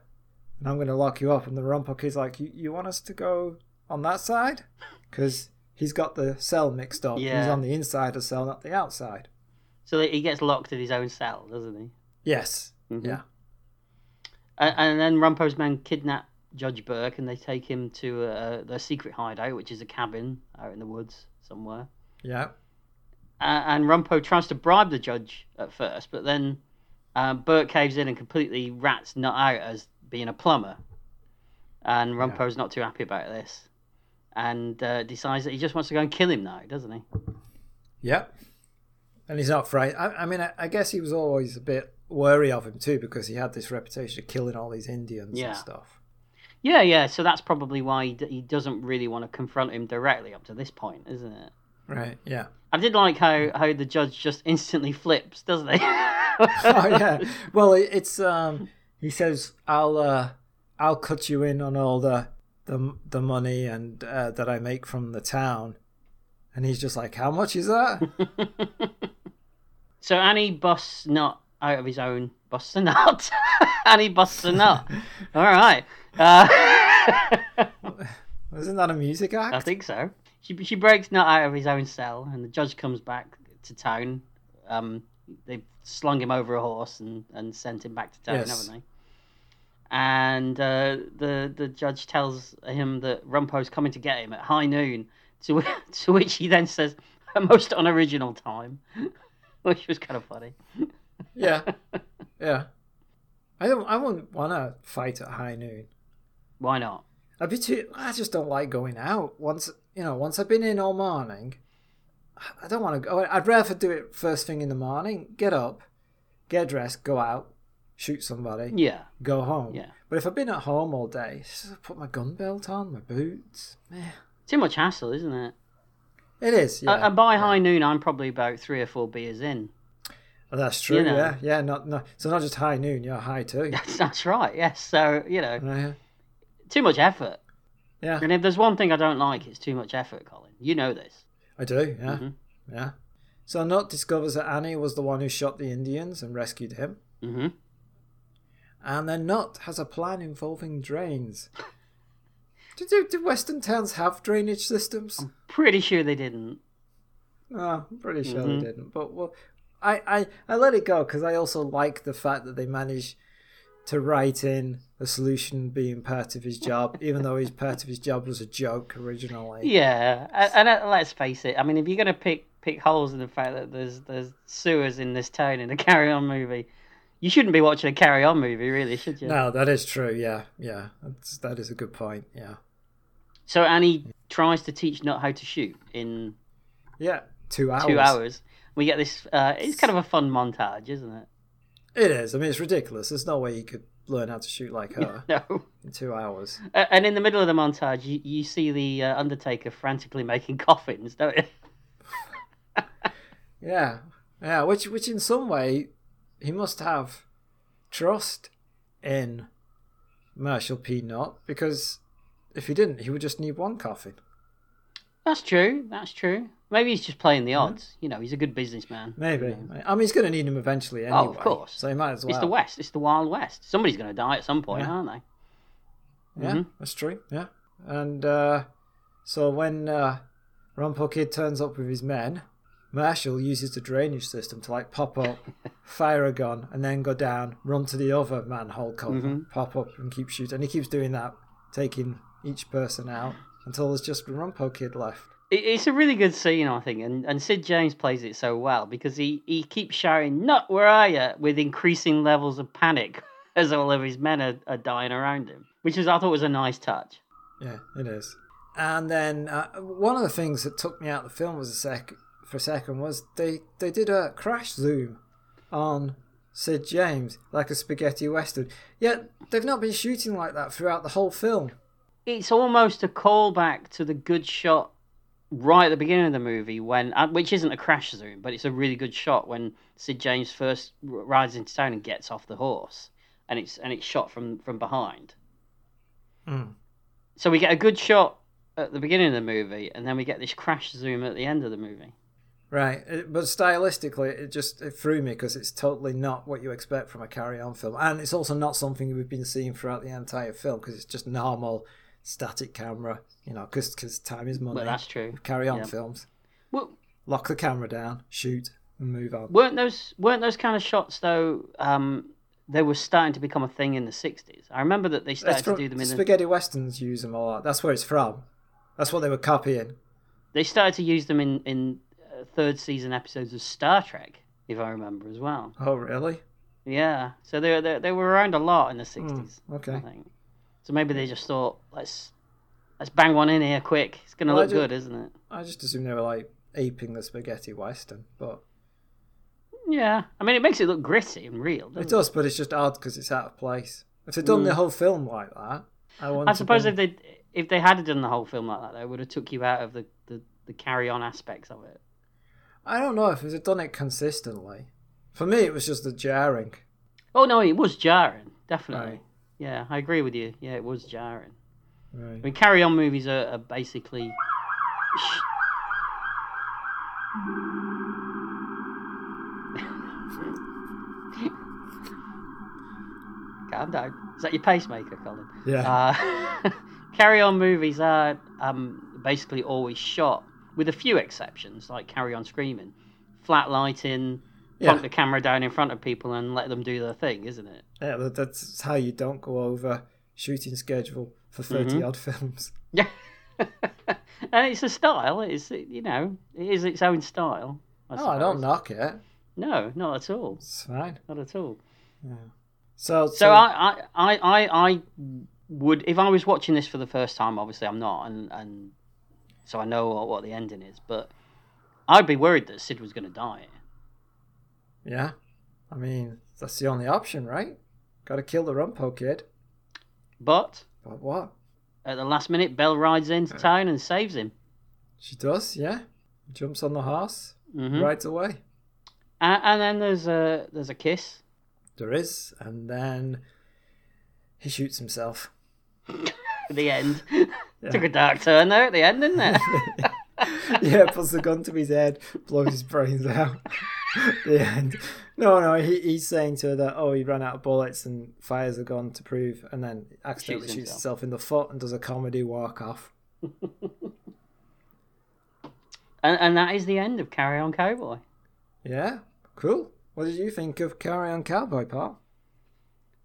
[SPEAKER 1] and I'm going to lock you up. And the Rumpo Kid's like, You, you want us to go on that side? Because he's got the cell mixed up. He's
[SPEAKER 2] Yeah.
[SPEAKER 1] on the inside of the cell, not the outside.
[SPEAKER 2] *laughs* so he gets locked in his own cell, doesn't he?
[SPEAKER 1] Yes.
[SPEAKER 2] Mhm.
[SPEAKER 1] Yeah.
[SPEAKER 2] And, and then Rumpo's men kidnap Judge Burke and they take him to uh, their secret hideout, which is a cabin out in the woods somewhere.
[SPEAKER 1] Yeah.
[SPEAKER 2] Uh, and Rumpo tries to bribe the judge at first, but then uh, Burke caves in and completely rats Nut out as being a plumber. And Rumpo's not too happy about this and uh, decides that he just wants to go and kill him now, doesn't he?
[SPEAKER 1] Yep. And he's not frightened. I, I mean, I, I guess he was always a bit wary of him too because he had this reputation of killing all these Indians
[SPEAKER 2] Yeah.
[SPEAKER 1] and stuff.
[SPEAKER 2] Yeah, yeah. So that's probably why he, d- he doesn't really want to confront him directly up to this point, isn't it?
[SPEAKER 1] Right. Yeah. *laughs*
[SPEAKER 2] I did like how, how the judge just instantly flips, doesn't he? *laughs*
[SPEAKER 1] oh yeah. Well, it, it's um. He says, "I'll uh, I'll cut you in on all the the the money and uh, that I make from the town," and he's just like, "How much is that?"
[SPEAKER 2] So Annie busts not out of his own busts a nut. *laughs* Annie busts a nut. All right. Uh, *laughs*
[SPEAKER 1] Isn't that a music act?
[SPEAKER 2] I think so. She she breaks nut out of his own cell, and the judge comes back to town. Um, they've slung him over a horse and, and sent him back to town,
[SPEAKER 1] Yes.
[SPEAKER 2] haven't they? And uh, the the judge tells him that Rumpo's coming to get him at high noon. To *laughs* wh- to which he then says, "A most unoriginal time," *laughs* which was kind of funny.
[SPEAKER 1] yeah. Yeah. I don't. I wouldn't want to fight at high noon.
[SPEAKER 2] Why not?
[SPEAKER 1] I'd be too. I just don't like going out. Once you know, once I've been in all morning, I- I don't want to go. I'd rather do it first thing in the morning. Get up, get dressed, go out, shoot somebody,
[SPEAKER 2] Yeah.
[SPEAKER 1] go home.
[SPEAKER 2] Yeah.
[SPEAKER 1] But if I've been at home all day, just put my gun belt on, my boots. Meh.
[SPEAKER 2] Too much hassle, isn't it?
[SPEAKER 1] It is. Yeah,
[SPEAKER 2] Uh, and by high noon, I'm probably about three or four beers in. *laughs*
[SPEAKER 1] Oh, that's true.
[SPEAKER 2] you know.
[SPEAKER 1] Yeah, yeah. Not, not so not just high noon. You're high too.
[SPEAKER 2] That's, that's right, yes. So, you know,
[SPEAKER 1] *laughs* yeah.
[SPEAKER 2] too much effort.
[SPEAKER 1] Yeah.
[SPEAKER 2] And if there's one thing I don't like, it's too much effort, Colin. You know this.
[SPEAKER 1] I do. Yeah,
[SPEAKER 2] Mhm.
[SPEAKER 1] yeah. So Nut discovers that Annie was the one who shot the Indians and rescued him.
[SPEAKER 2] hmm
[SPEAKER 1] And then Nut has a plan involving drains. do, do, do Western towns have drainage systems?
[SPEAKER 2] Um, Pretty sure they didn't.
[SPEAKER 1] No, I'm pretty sure
[SPEAKER 2] Mhm.
[SPEAKER 1] they didn't. But well, I, I, I let it go because I also like the fact that they managed to write in the solution being part of his
[SPEAKER 2] *laughs*
[SPEAKER 1] job, even though his part of his job was a joke originally.
[SPEAKER 2] Yeah, a- and uh, let's face it. I mean, if you're going to pick pick holes in the fact that there's there's sewers in this town in a *laughs* Carry On movie, you shouldn't be watching a Carry On movie, really, should you?
[SPEAKER 1] No, that is true. Yeah, yeah, that's, that is a good point. Yeah,
[SPEAKER 2] So Annie tries to teach Nut how to shoot in
[SPEAKER 1] yeah, two hours.
[SPEAKER 2] two hours. We get this. Uh, it's kind of a fun montage, isn't it?
[SPEAKER 1] It is. I mean, it's ridiculous. There's no way you could learn how to shoot like her
[SPEAKER 2] *laughs* No.
[SPEAKER 1] in two hours.
[SPEAKER 2] A- And in the middle of the montage, you, you see the uh, Undertaker frantically making *laughs* coffins, don't you?
[SPEAKER 1] Yeah, yeah. Which, which in some way, he must have trust in Marshall P. Not because if he didn't, he would just need one coffin.
[SPEAKER 2] That's true. That's true. Maybe he's just playing the odds. You know, he's a good businessman.
[SPEAKER 1] Maybe. I mean, he's going to need him eventually anyway.
[SPEAKER 2] Oh, of course.
[SPEAKER 1] So he might as well.
[SPEAKER 2] It's the West. It's the Wild West. Somebody's going to die at some point,
[SPEAKER 1] Yeah.
[SPEAKER 2] aren't they?
[SPEAKER 1] Yeah,
[SPEAKER 2] Mhm.
[SPEAKER 1] that's true. Yeah, and uh, so when uh, Rumpel Kid turns up with his men. Marshall uses the drainage system to like pop up, fire a gun, and then go down, run to the other manhole cover,
[SPEAKER 2] Mhm.
[SPEAKER 1] pop up and keep shooting. And he keeps doing that, taking each person out until there's just Rumpel Kid left.
[SPEAKER 2] It- It's a really good scene, I think, and, and Sid James plays it so well because he, he keeps shouting, Nut, where are you? with increasing levels of panic *laughs* as all of his men are, are dying around him, which is, I thought was a nice touch.
[SPEAKER 1] Yeah, it is. And then uh, one of the things that took me out of the film was a sec for a second was they they did a crash zoom on Sid James like a spaghetti western. Yet they've not been shooting like that throughout the whole film.
[SPEAKER 2] It's almost a callback to the good shot right at the beginning of the movie, when uh, which isn't a crash zoom, but it's a really good shot when Sid James first r- rides into town and gets off the horse, and it's and it's shot from from behind.
[SPEAKER 1] Hmm.
[SPEAKER 2] So we get a good shot at the beginning of the movie, and then we get this crash zoom at the end of the movie.
[SPEAKER 1] Right, it, but stylistically, it just it threw me because it's totally not what you expect from a carry-on film, and it's also not something we've been seeing throughout the entire film because it's just normal static camera, you know, because time is money.
[SPEAKER 2] Well, that's true.
[SPEAKER 1] Carry-on
[SPEAKER 2] yeah.
[SPEAKER 1] films,
[SPEAKER 2] Well,
[SPEAKER 1] lock the camera down, shoot, and move on.
[SPEAKER 2] weren't those weren't those kind of shots though? Um, they were starting to become a thing in the sixties. I remember that they
[SPEAKER 1] It's
[SPEAKER 2] started
[SPEAKER 1] from,
[SPEAKER 2] to do them in. The,
[SPEAKER 1] spaghetti westerns use them a lot. That's where it's from. That's what they were copying.
[SPEAKER 2] they started to use them in in uh, third season episodes of Star Trek, if I remember as well.
[SPEAKER 1] Oh, really?
[SPEAKER 2] Yeah, so they they, they were around a lot in the sixties. I
[SPEAKER 1] Hmm, Okay.
[SPEAKER 2] think. So maybe they just thought let's let's bang one in here quick. It's gonna
[SPEAKER 1] Well, I
[SPEAKER 2] look
[SPEAKER 1] just-
[SPEAKER 2] good, isn't it?
[SPEAKER 1] I just assumed they were like aping the spaghetti western, but
[SPEAKER 2] Yeah, I mean it makes it look gritty and real. doesn't
[SPEAKER 1] It does, but it's just odd because it's out of place. If they'd done the whole film like that, I want.
[SPEAKER 2] Hmm. I suppose if they if they had done the whole film like that, they would have took you out of the, the, the carry on aspects of it.
[SPEAKER 1] I don't know if they'd done it consistently. For me, it was just the jarring.
[SPEAKER 2] Oh no, it was jarring, definitely.
[SPEAKER 1] Right.
[SPEAKER 2] Yeah, I agree with you. Yeah, it was jarring. I
[SPEAKER 1] Right.
[SPEAKER 2] mean, carry on movies are, are basically. Shh. Calm down. Is that your pacemaker, Colin?
[SPEAKER 1] Yeah.
[SPEAKER 2] Uh, *laughs* Carry On movies are um, basically always shot, with a few exceptions, like Carry On Screaming, flat lighting,
[SPEAKER 1] Yeah.
[SPEAKER 2] plunk the camera down in front of people and let them do their thing, isn't it?
[SPEAKER 1] yeah, that- that's how you don't go over shooting schedule for 30
[SPEAKER 2] Mm-hmm.
[SPEAKER 1] odd *laughs* films.
[SPEAKER 2] Yeah. and it's a style. It's you know, it is its own style. I
[SPEAKER 1] No, Oh, I don't
[SPEAKER 2] suppose.
[SPEAKER 1] knock it.
[SPEAKER 2] No, not at all.
[SPEAKER 1] It's fine.
[SPEAKER 2] Not at all.
[SPEAKER 1] So,
[SPEAKER 2] So I, I, I, I, I would if I was watching this for the first time. Obviously, I'm not, and and so I know what, what the ending is. But I'd be worried that Sid was going to die.
[SPEAKER 1] yeah, I mean, that's the only option, right? Got to kill the Rumpo kid.
[SPEAKER 2] But
[SPEAKER 1] But what?
[SPEAKER 2] at the last minute, Belle rides into town and saves him.
[SPEAKER 1] She does, yeah. Jumps on the horse,
[SPEAKER 2] hmm
[SPEAKER 1] rides away.
[SPEAKER 2] And, and then there's a there's a kiss.
[SPEAKER 1] There is, and then he shoots
[SPEAKER 2] *laughs*
[SPEAKER 1] himself. *laughs*
[SPEAKER 2] at the end. *laughs*
[SPEAKER 1] Yeah.
[SPEAKER 2] Took a dark turn there at the end, didn't it? *laughs*
[SPEAKER 1] yeah, puts the gun to his head, blows his brains out. *laughs* the end. No, no, he, he's saying to her that oh, he ran out of bullets and fires a gun to prove, and then accidentally
[SPEAKER 2] Shoots
[SPEAKER 1] shoots
[SPEAKER 2] himself.
[SPEAKER 1] himself in the foot and does a comedy walk off.
[SPEAKER 2] and, and that is the end of Carry On Cowboy.
[SPEAKER 1] Yeah, cool. What did you think of Carry On Cowboy, Paul?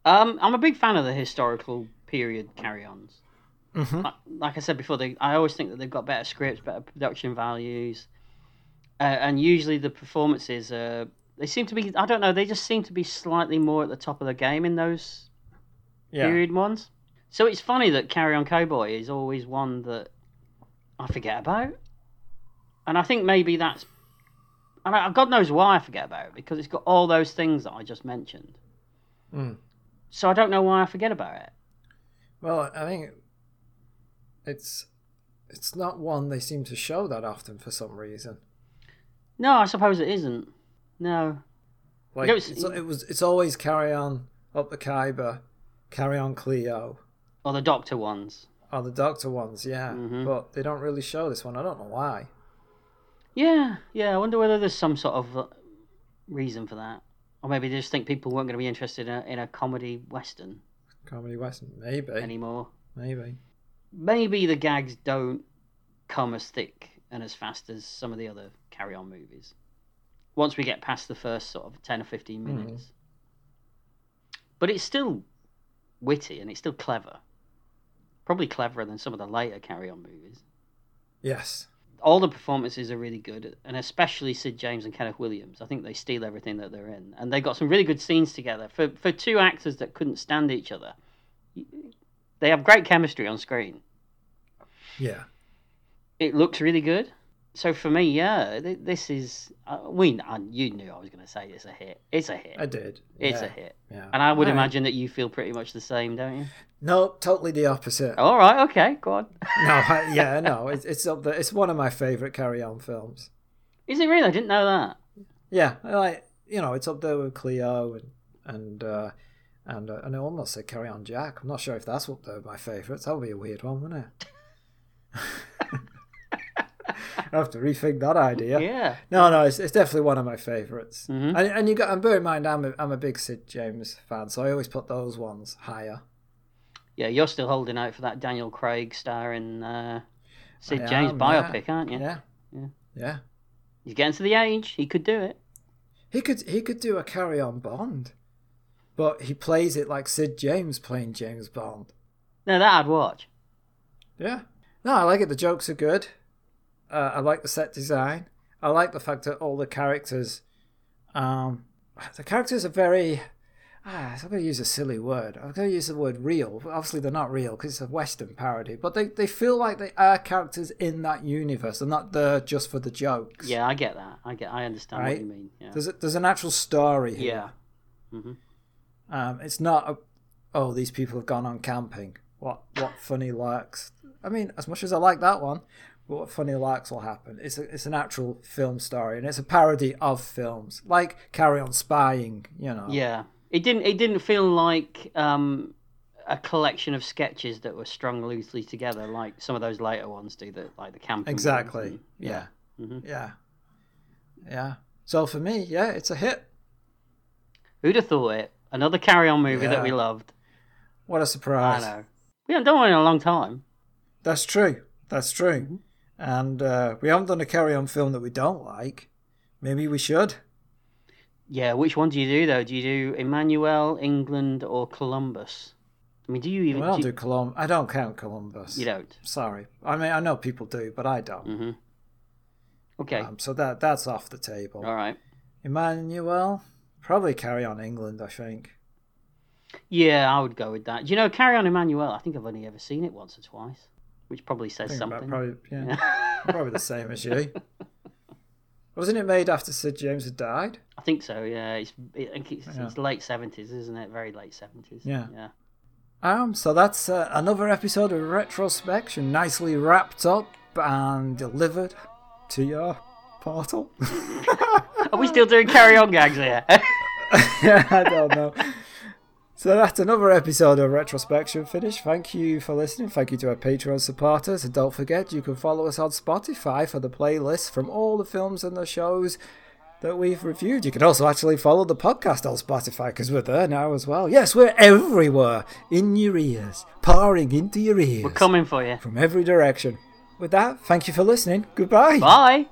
[SPEAKER 2] Um, I'm a big fan of the historical period carry-ons.
[SPEAKER 1] Mm-hmm.
[SPEAKER 2] Like, like I said before, they, I always think that they've got better scripts, better production values, uh, and usually the performances uh, they seem to be. I don't know. They just seem to be slightly more at the top of the game in those
[SPEAKER 1] Yeah,
[SPEAKER 2] period ones. So it's funny that Carry On Cowboy is always one that I forget about, and I think maybe that's, and I, God knows why I forget about it because it's got all those things that I just mentioned.
[SPEAKER 1] Mm.
[SPEAKER 2] So I don't know why I forget about it.
[SPEAKER 1] well, I think it's it's not one they seem to show that often for some reason.
[SPEAKER 2] No, I suppose it isn't. No,
[SPEAKER 1] Like
[SPEAKER 2] You know, it's-
[SPEAKER 1] it's, it was, it's always carry on up the Khyber, carry on Cleo,
[SPEAKER 2] or the Doctor ones.
[SPEAKER 1] or the Doctor ones, yeah.
[SPEAKER 2] Mhm.
[SPEAKER 1] But they don't really show this one. I don't know why.
[SPEAKER 2] Yeah, yeah. I wonder whether there's some sort of uh, reason for that, or maybe they just think people weren't going to be interested in a, in a comedy western
[SPEAKER 1] Comedy Western, maybe,
[SPEAKER 2] anymore.
[SPEAKER 1] maybe.
[SPEAKER 2] maybe the gags don't come as thick and as fast as some of the other Carry On movies. Once we get past the first sort of ten or fifteen
[SPEAKER 1] Mhm.
[SPEAKER 2] minutes, but it's still witty and it's still clever. Probably cleverer than some of the later Carry On movies.
[SPEAKER 1] Yes.
[SPEAKER 2] All the performances are really good, and especially Sid James and Kenneth Williams. I think they steal everything that they're in, and they got some really good scenes together. For for two actors that couldn't stand each other, they have great chemistry on screen.
[SPEAKER 1] Yeah.
[SPEAKER 2] it looks really good. So for me, yeah, th- this is. Uh, we, uh, you knew I was going to say it's a hit. It's a hit.
[SPEAKER 1] I did.
[SPEAKER 2] It's
[SPEAKER 1] yeah.
[SPEAKER 2] a hit.
[SPEAKER 1] Yeah.
[SPEAKER 2] And I would
[SPEAKER 1] All right.
[SPEAKER 2] imagine that you feel pretty much the same, don't you?
[SPEAKER 1] No, totally the opposite.
[SPEAKER 2] All right, okay, go on.
[SPEAKER 1] No, *laughs* I, yeah, no, it's it's up there. It's one of my favorite Carry On films.
[SPEAKER 2] Is it really? I didn't know that.
[SPEAKER 1] Yeah, I like you know, it's up there with Cleo and and uh, and uh, and I almost said Carry On Jack. I'm not sure if that's up there with my favorites. That would be a weird one, wouldn't it? *laughs* I have to rethink that idea.
[SPEAKER 2] Yeah.
[SPEAKER 1] No, no, it's, it's definitely one of my favorites.
[SPEAKER 2] Mhm.
[SPEAKER 1] And, and you got and bear in mind, I'm a, I'm a big Sid James fan, so I always put those ones higher.
[SPEAKER 2] Yeah, you're still holding out for that Daniel Craig starring uh, Sid
[SPEAKER 1] I
[SPEAKER 2] James
[SPEAKER 1] am,
[SPEAKER 2] biopic, aren't you?
[SPEAKER 1] Yeah,
[SPEAKER 2] Yeah.
[SPEAKER 1] yeah.
[SPEAKER 2] He's getting to the age. He could do it.
[SPEAKER 1] He could he could do a carry on Bond, but he plays it like Sid James playing James Bond.
[SPEAKER 2] No, that I'd watch.
[SPEAKER 1] Yeah. No, I like it. The jokes are good. Uh, I like the set design. I like the fact that all the characters, um, the characters are very. Ah, I'm going to use a silly word. I'm going to use the word real. but Obviously, they're not real because it's a Western parody, but they, they feel like they are characters in that universe. They're not there just for the jokes.
[SPEAKER 2] Yeah, I get that. I get. I understand
[SPEAKER 1] Right.
[SPEAKER 2] what you mean. Yeah.
[SPEAKER 1] There's, a, there's an actual story here.
[SPEAKER 2] Yeah. hmm
[SPEAKER 1] Um, it's not a, oh these people have gone on camping. What what funny larks? I mean, as much as I like that one, but what funny larks will happen? It's a, it's an actual film story and it's a parody of films like Carry On Spying. You know.
[SPEAKER 2] Yeah, it didn't. It didn't feel like um, a collection of sketches that were strung loosely together, like some of those later ones do. That like the camping. ones
[SPEAKER 1] Exactly.
[SPEAKER 2] and-
[SPEAKER 1] Yeah.
[SPEAKER 2] Mhm.
[SPEAKER 1] Yeah. Yeah. So for me, yeah, it's a hit.
[SPEAKER 2] Who'd have thought it? Another Carry On movie that
[SPEAKER 1] Yeah.
[SPEAKER 2] we loved.
[SPEAKER 1] What a surprise.
[SPEAKER 2] I know. We haven't done one in a long time.
[SPEAKER 1] That's true. That's true.
[SPEAKER 2] Mm-hmm.
[SPEAKER 1] And uh, we haven't done a Carry On film that we don't like. Maybe we should.
[SPEAKER 2] Yeah. Which one do you do though? Do you do Emmanuel, England, or Columbus? I mean, do you even?
[SPEAKER 1] Well, I don't
[SPEAKER 2] do
[SPEAKER 1] do Colum. I don't count Columbus.
[SPEAKER 2] you don't.
[SPEAKER 1] Sorry. I mean, I know people do, but I don't.
[SPEAKER 2] hmm Okay.
[SPEAKER 1] Um, so that that's off the table.
[SPEAKER 2] All right.
[SPEAKER 1] Emmanuel, probably carry on England, I think.
[SPEAKER 2] Yeah, I would go with that. Do you know Carry On Emmanuel? I think I've only ever seen it once or twice, which
[SPEAKER 1] I
[SPEAKER 2] probably says
[SPEAKER 1] think about
[SPEAKER 2] something.
[SPEAKER 1] probably, yeah, *laughs* probably the same as
[SPEAKER 2] *laughs*
[SPEAKER 1] you. Wasn't it made after Sid James had died?
[SPEAKER 2] I think so. Yeah, it's it, I think it's,
[SPEAKER 1] Yeah.
[SPEAKER 2] it's late seventies, isn't it? Very late seventies.
[SPEAKER 1] Yeah.
[SPEAKER 2] yeah.
[SPEAKER 1] Um, so that's uh, another episode of Retrospection, nicely wrapped up and delivered to your portal.
[SPEAKER 2] Are we still doing carry on gags here? *laughs*
[SPEAKER 1] *laughs* I don't know. So that's another episode of Retrospection finished. Thank you for listening. Thank you to our Patreon supporters. And don't forget, you can follow us on Spotify for the playlist from all the films and the shows that we've reviewed. You can also actually follow the podcast on Spotify because we're there now as well. Yes, we're everywhere in your ears, pouring into your ears
[SPEAKER 2] We're coming for you.
[SPEAKER 1] from every direction. With that, thank you for listening. Goodbye.
[SPEAKER 2] Bye.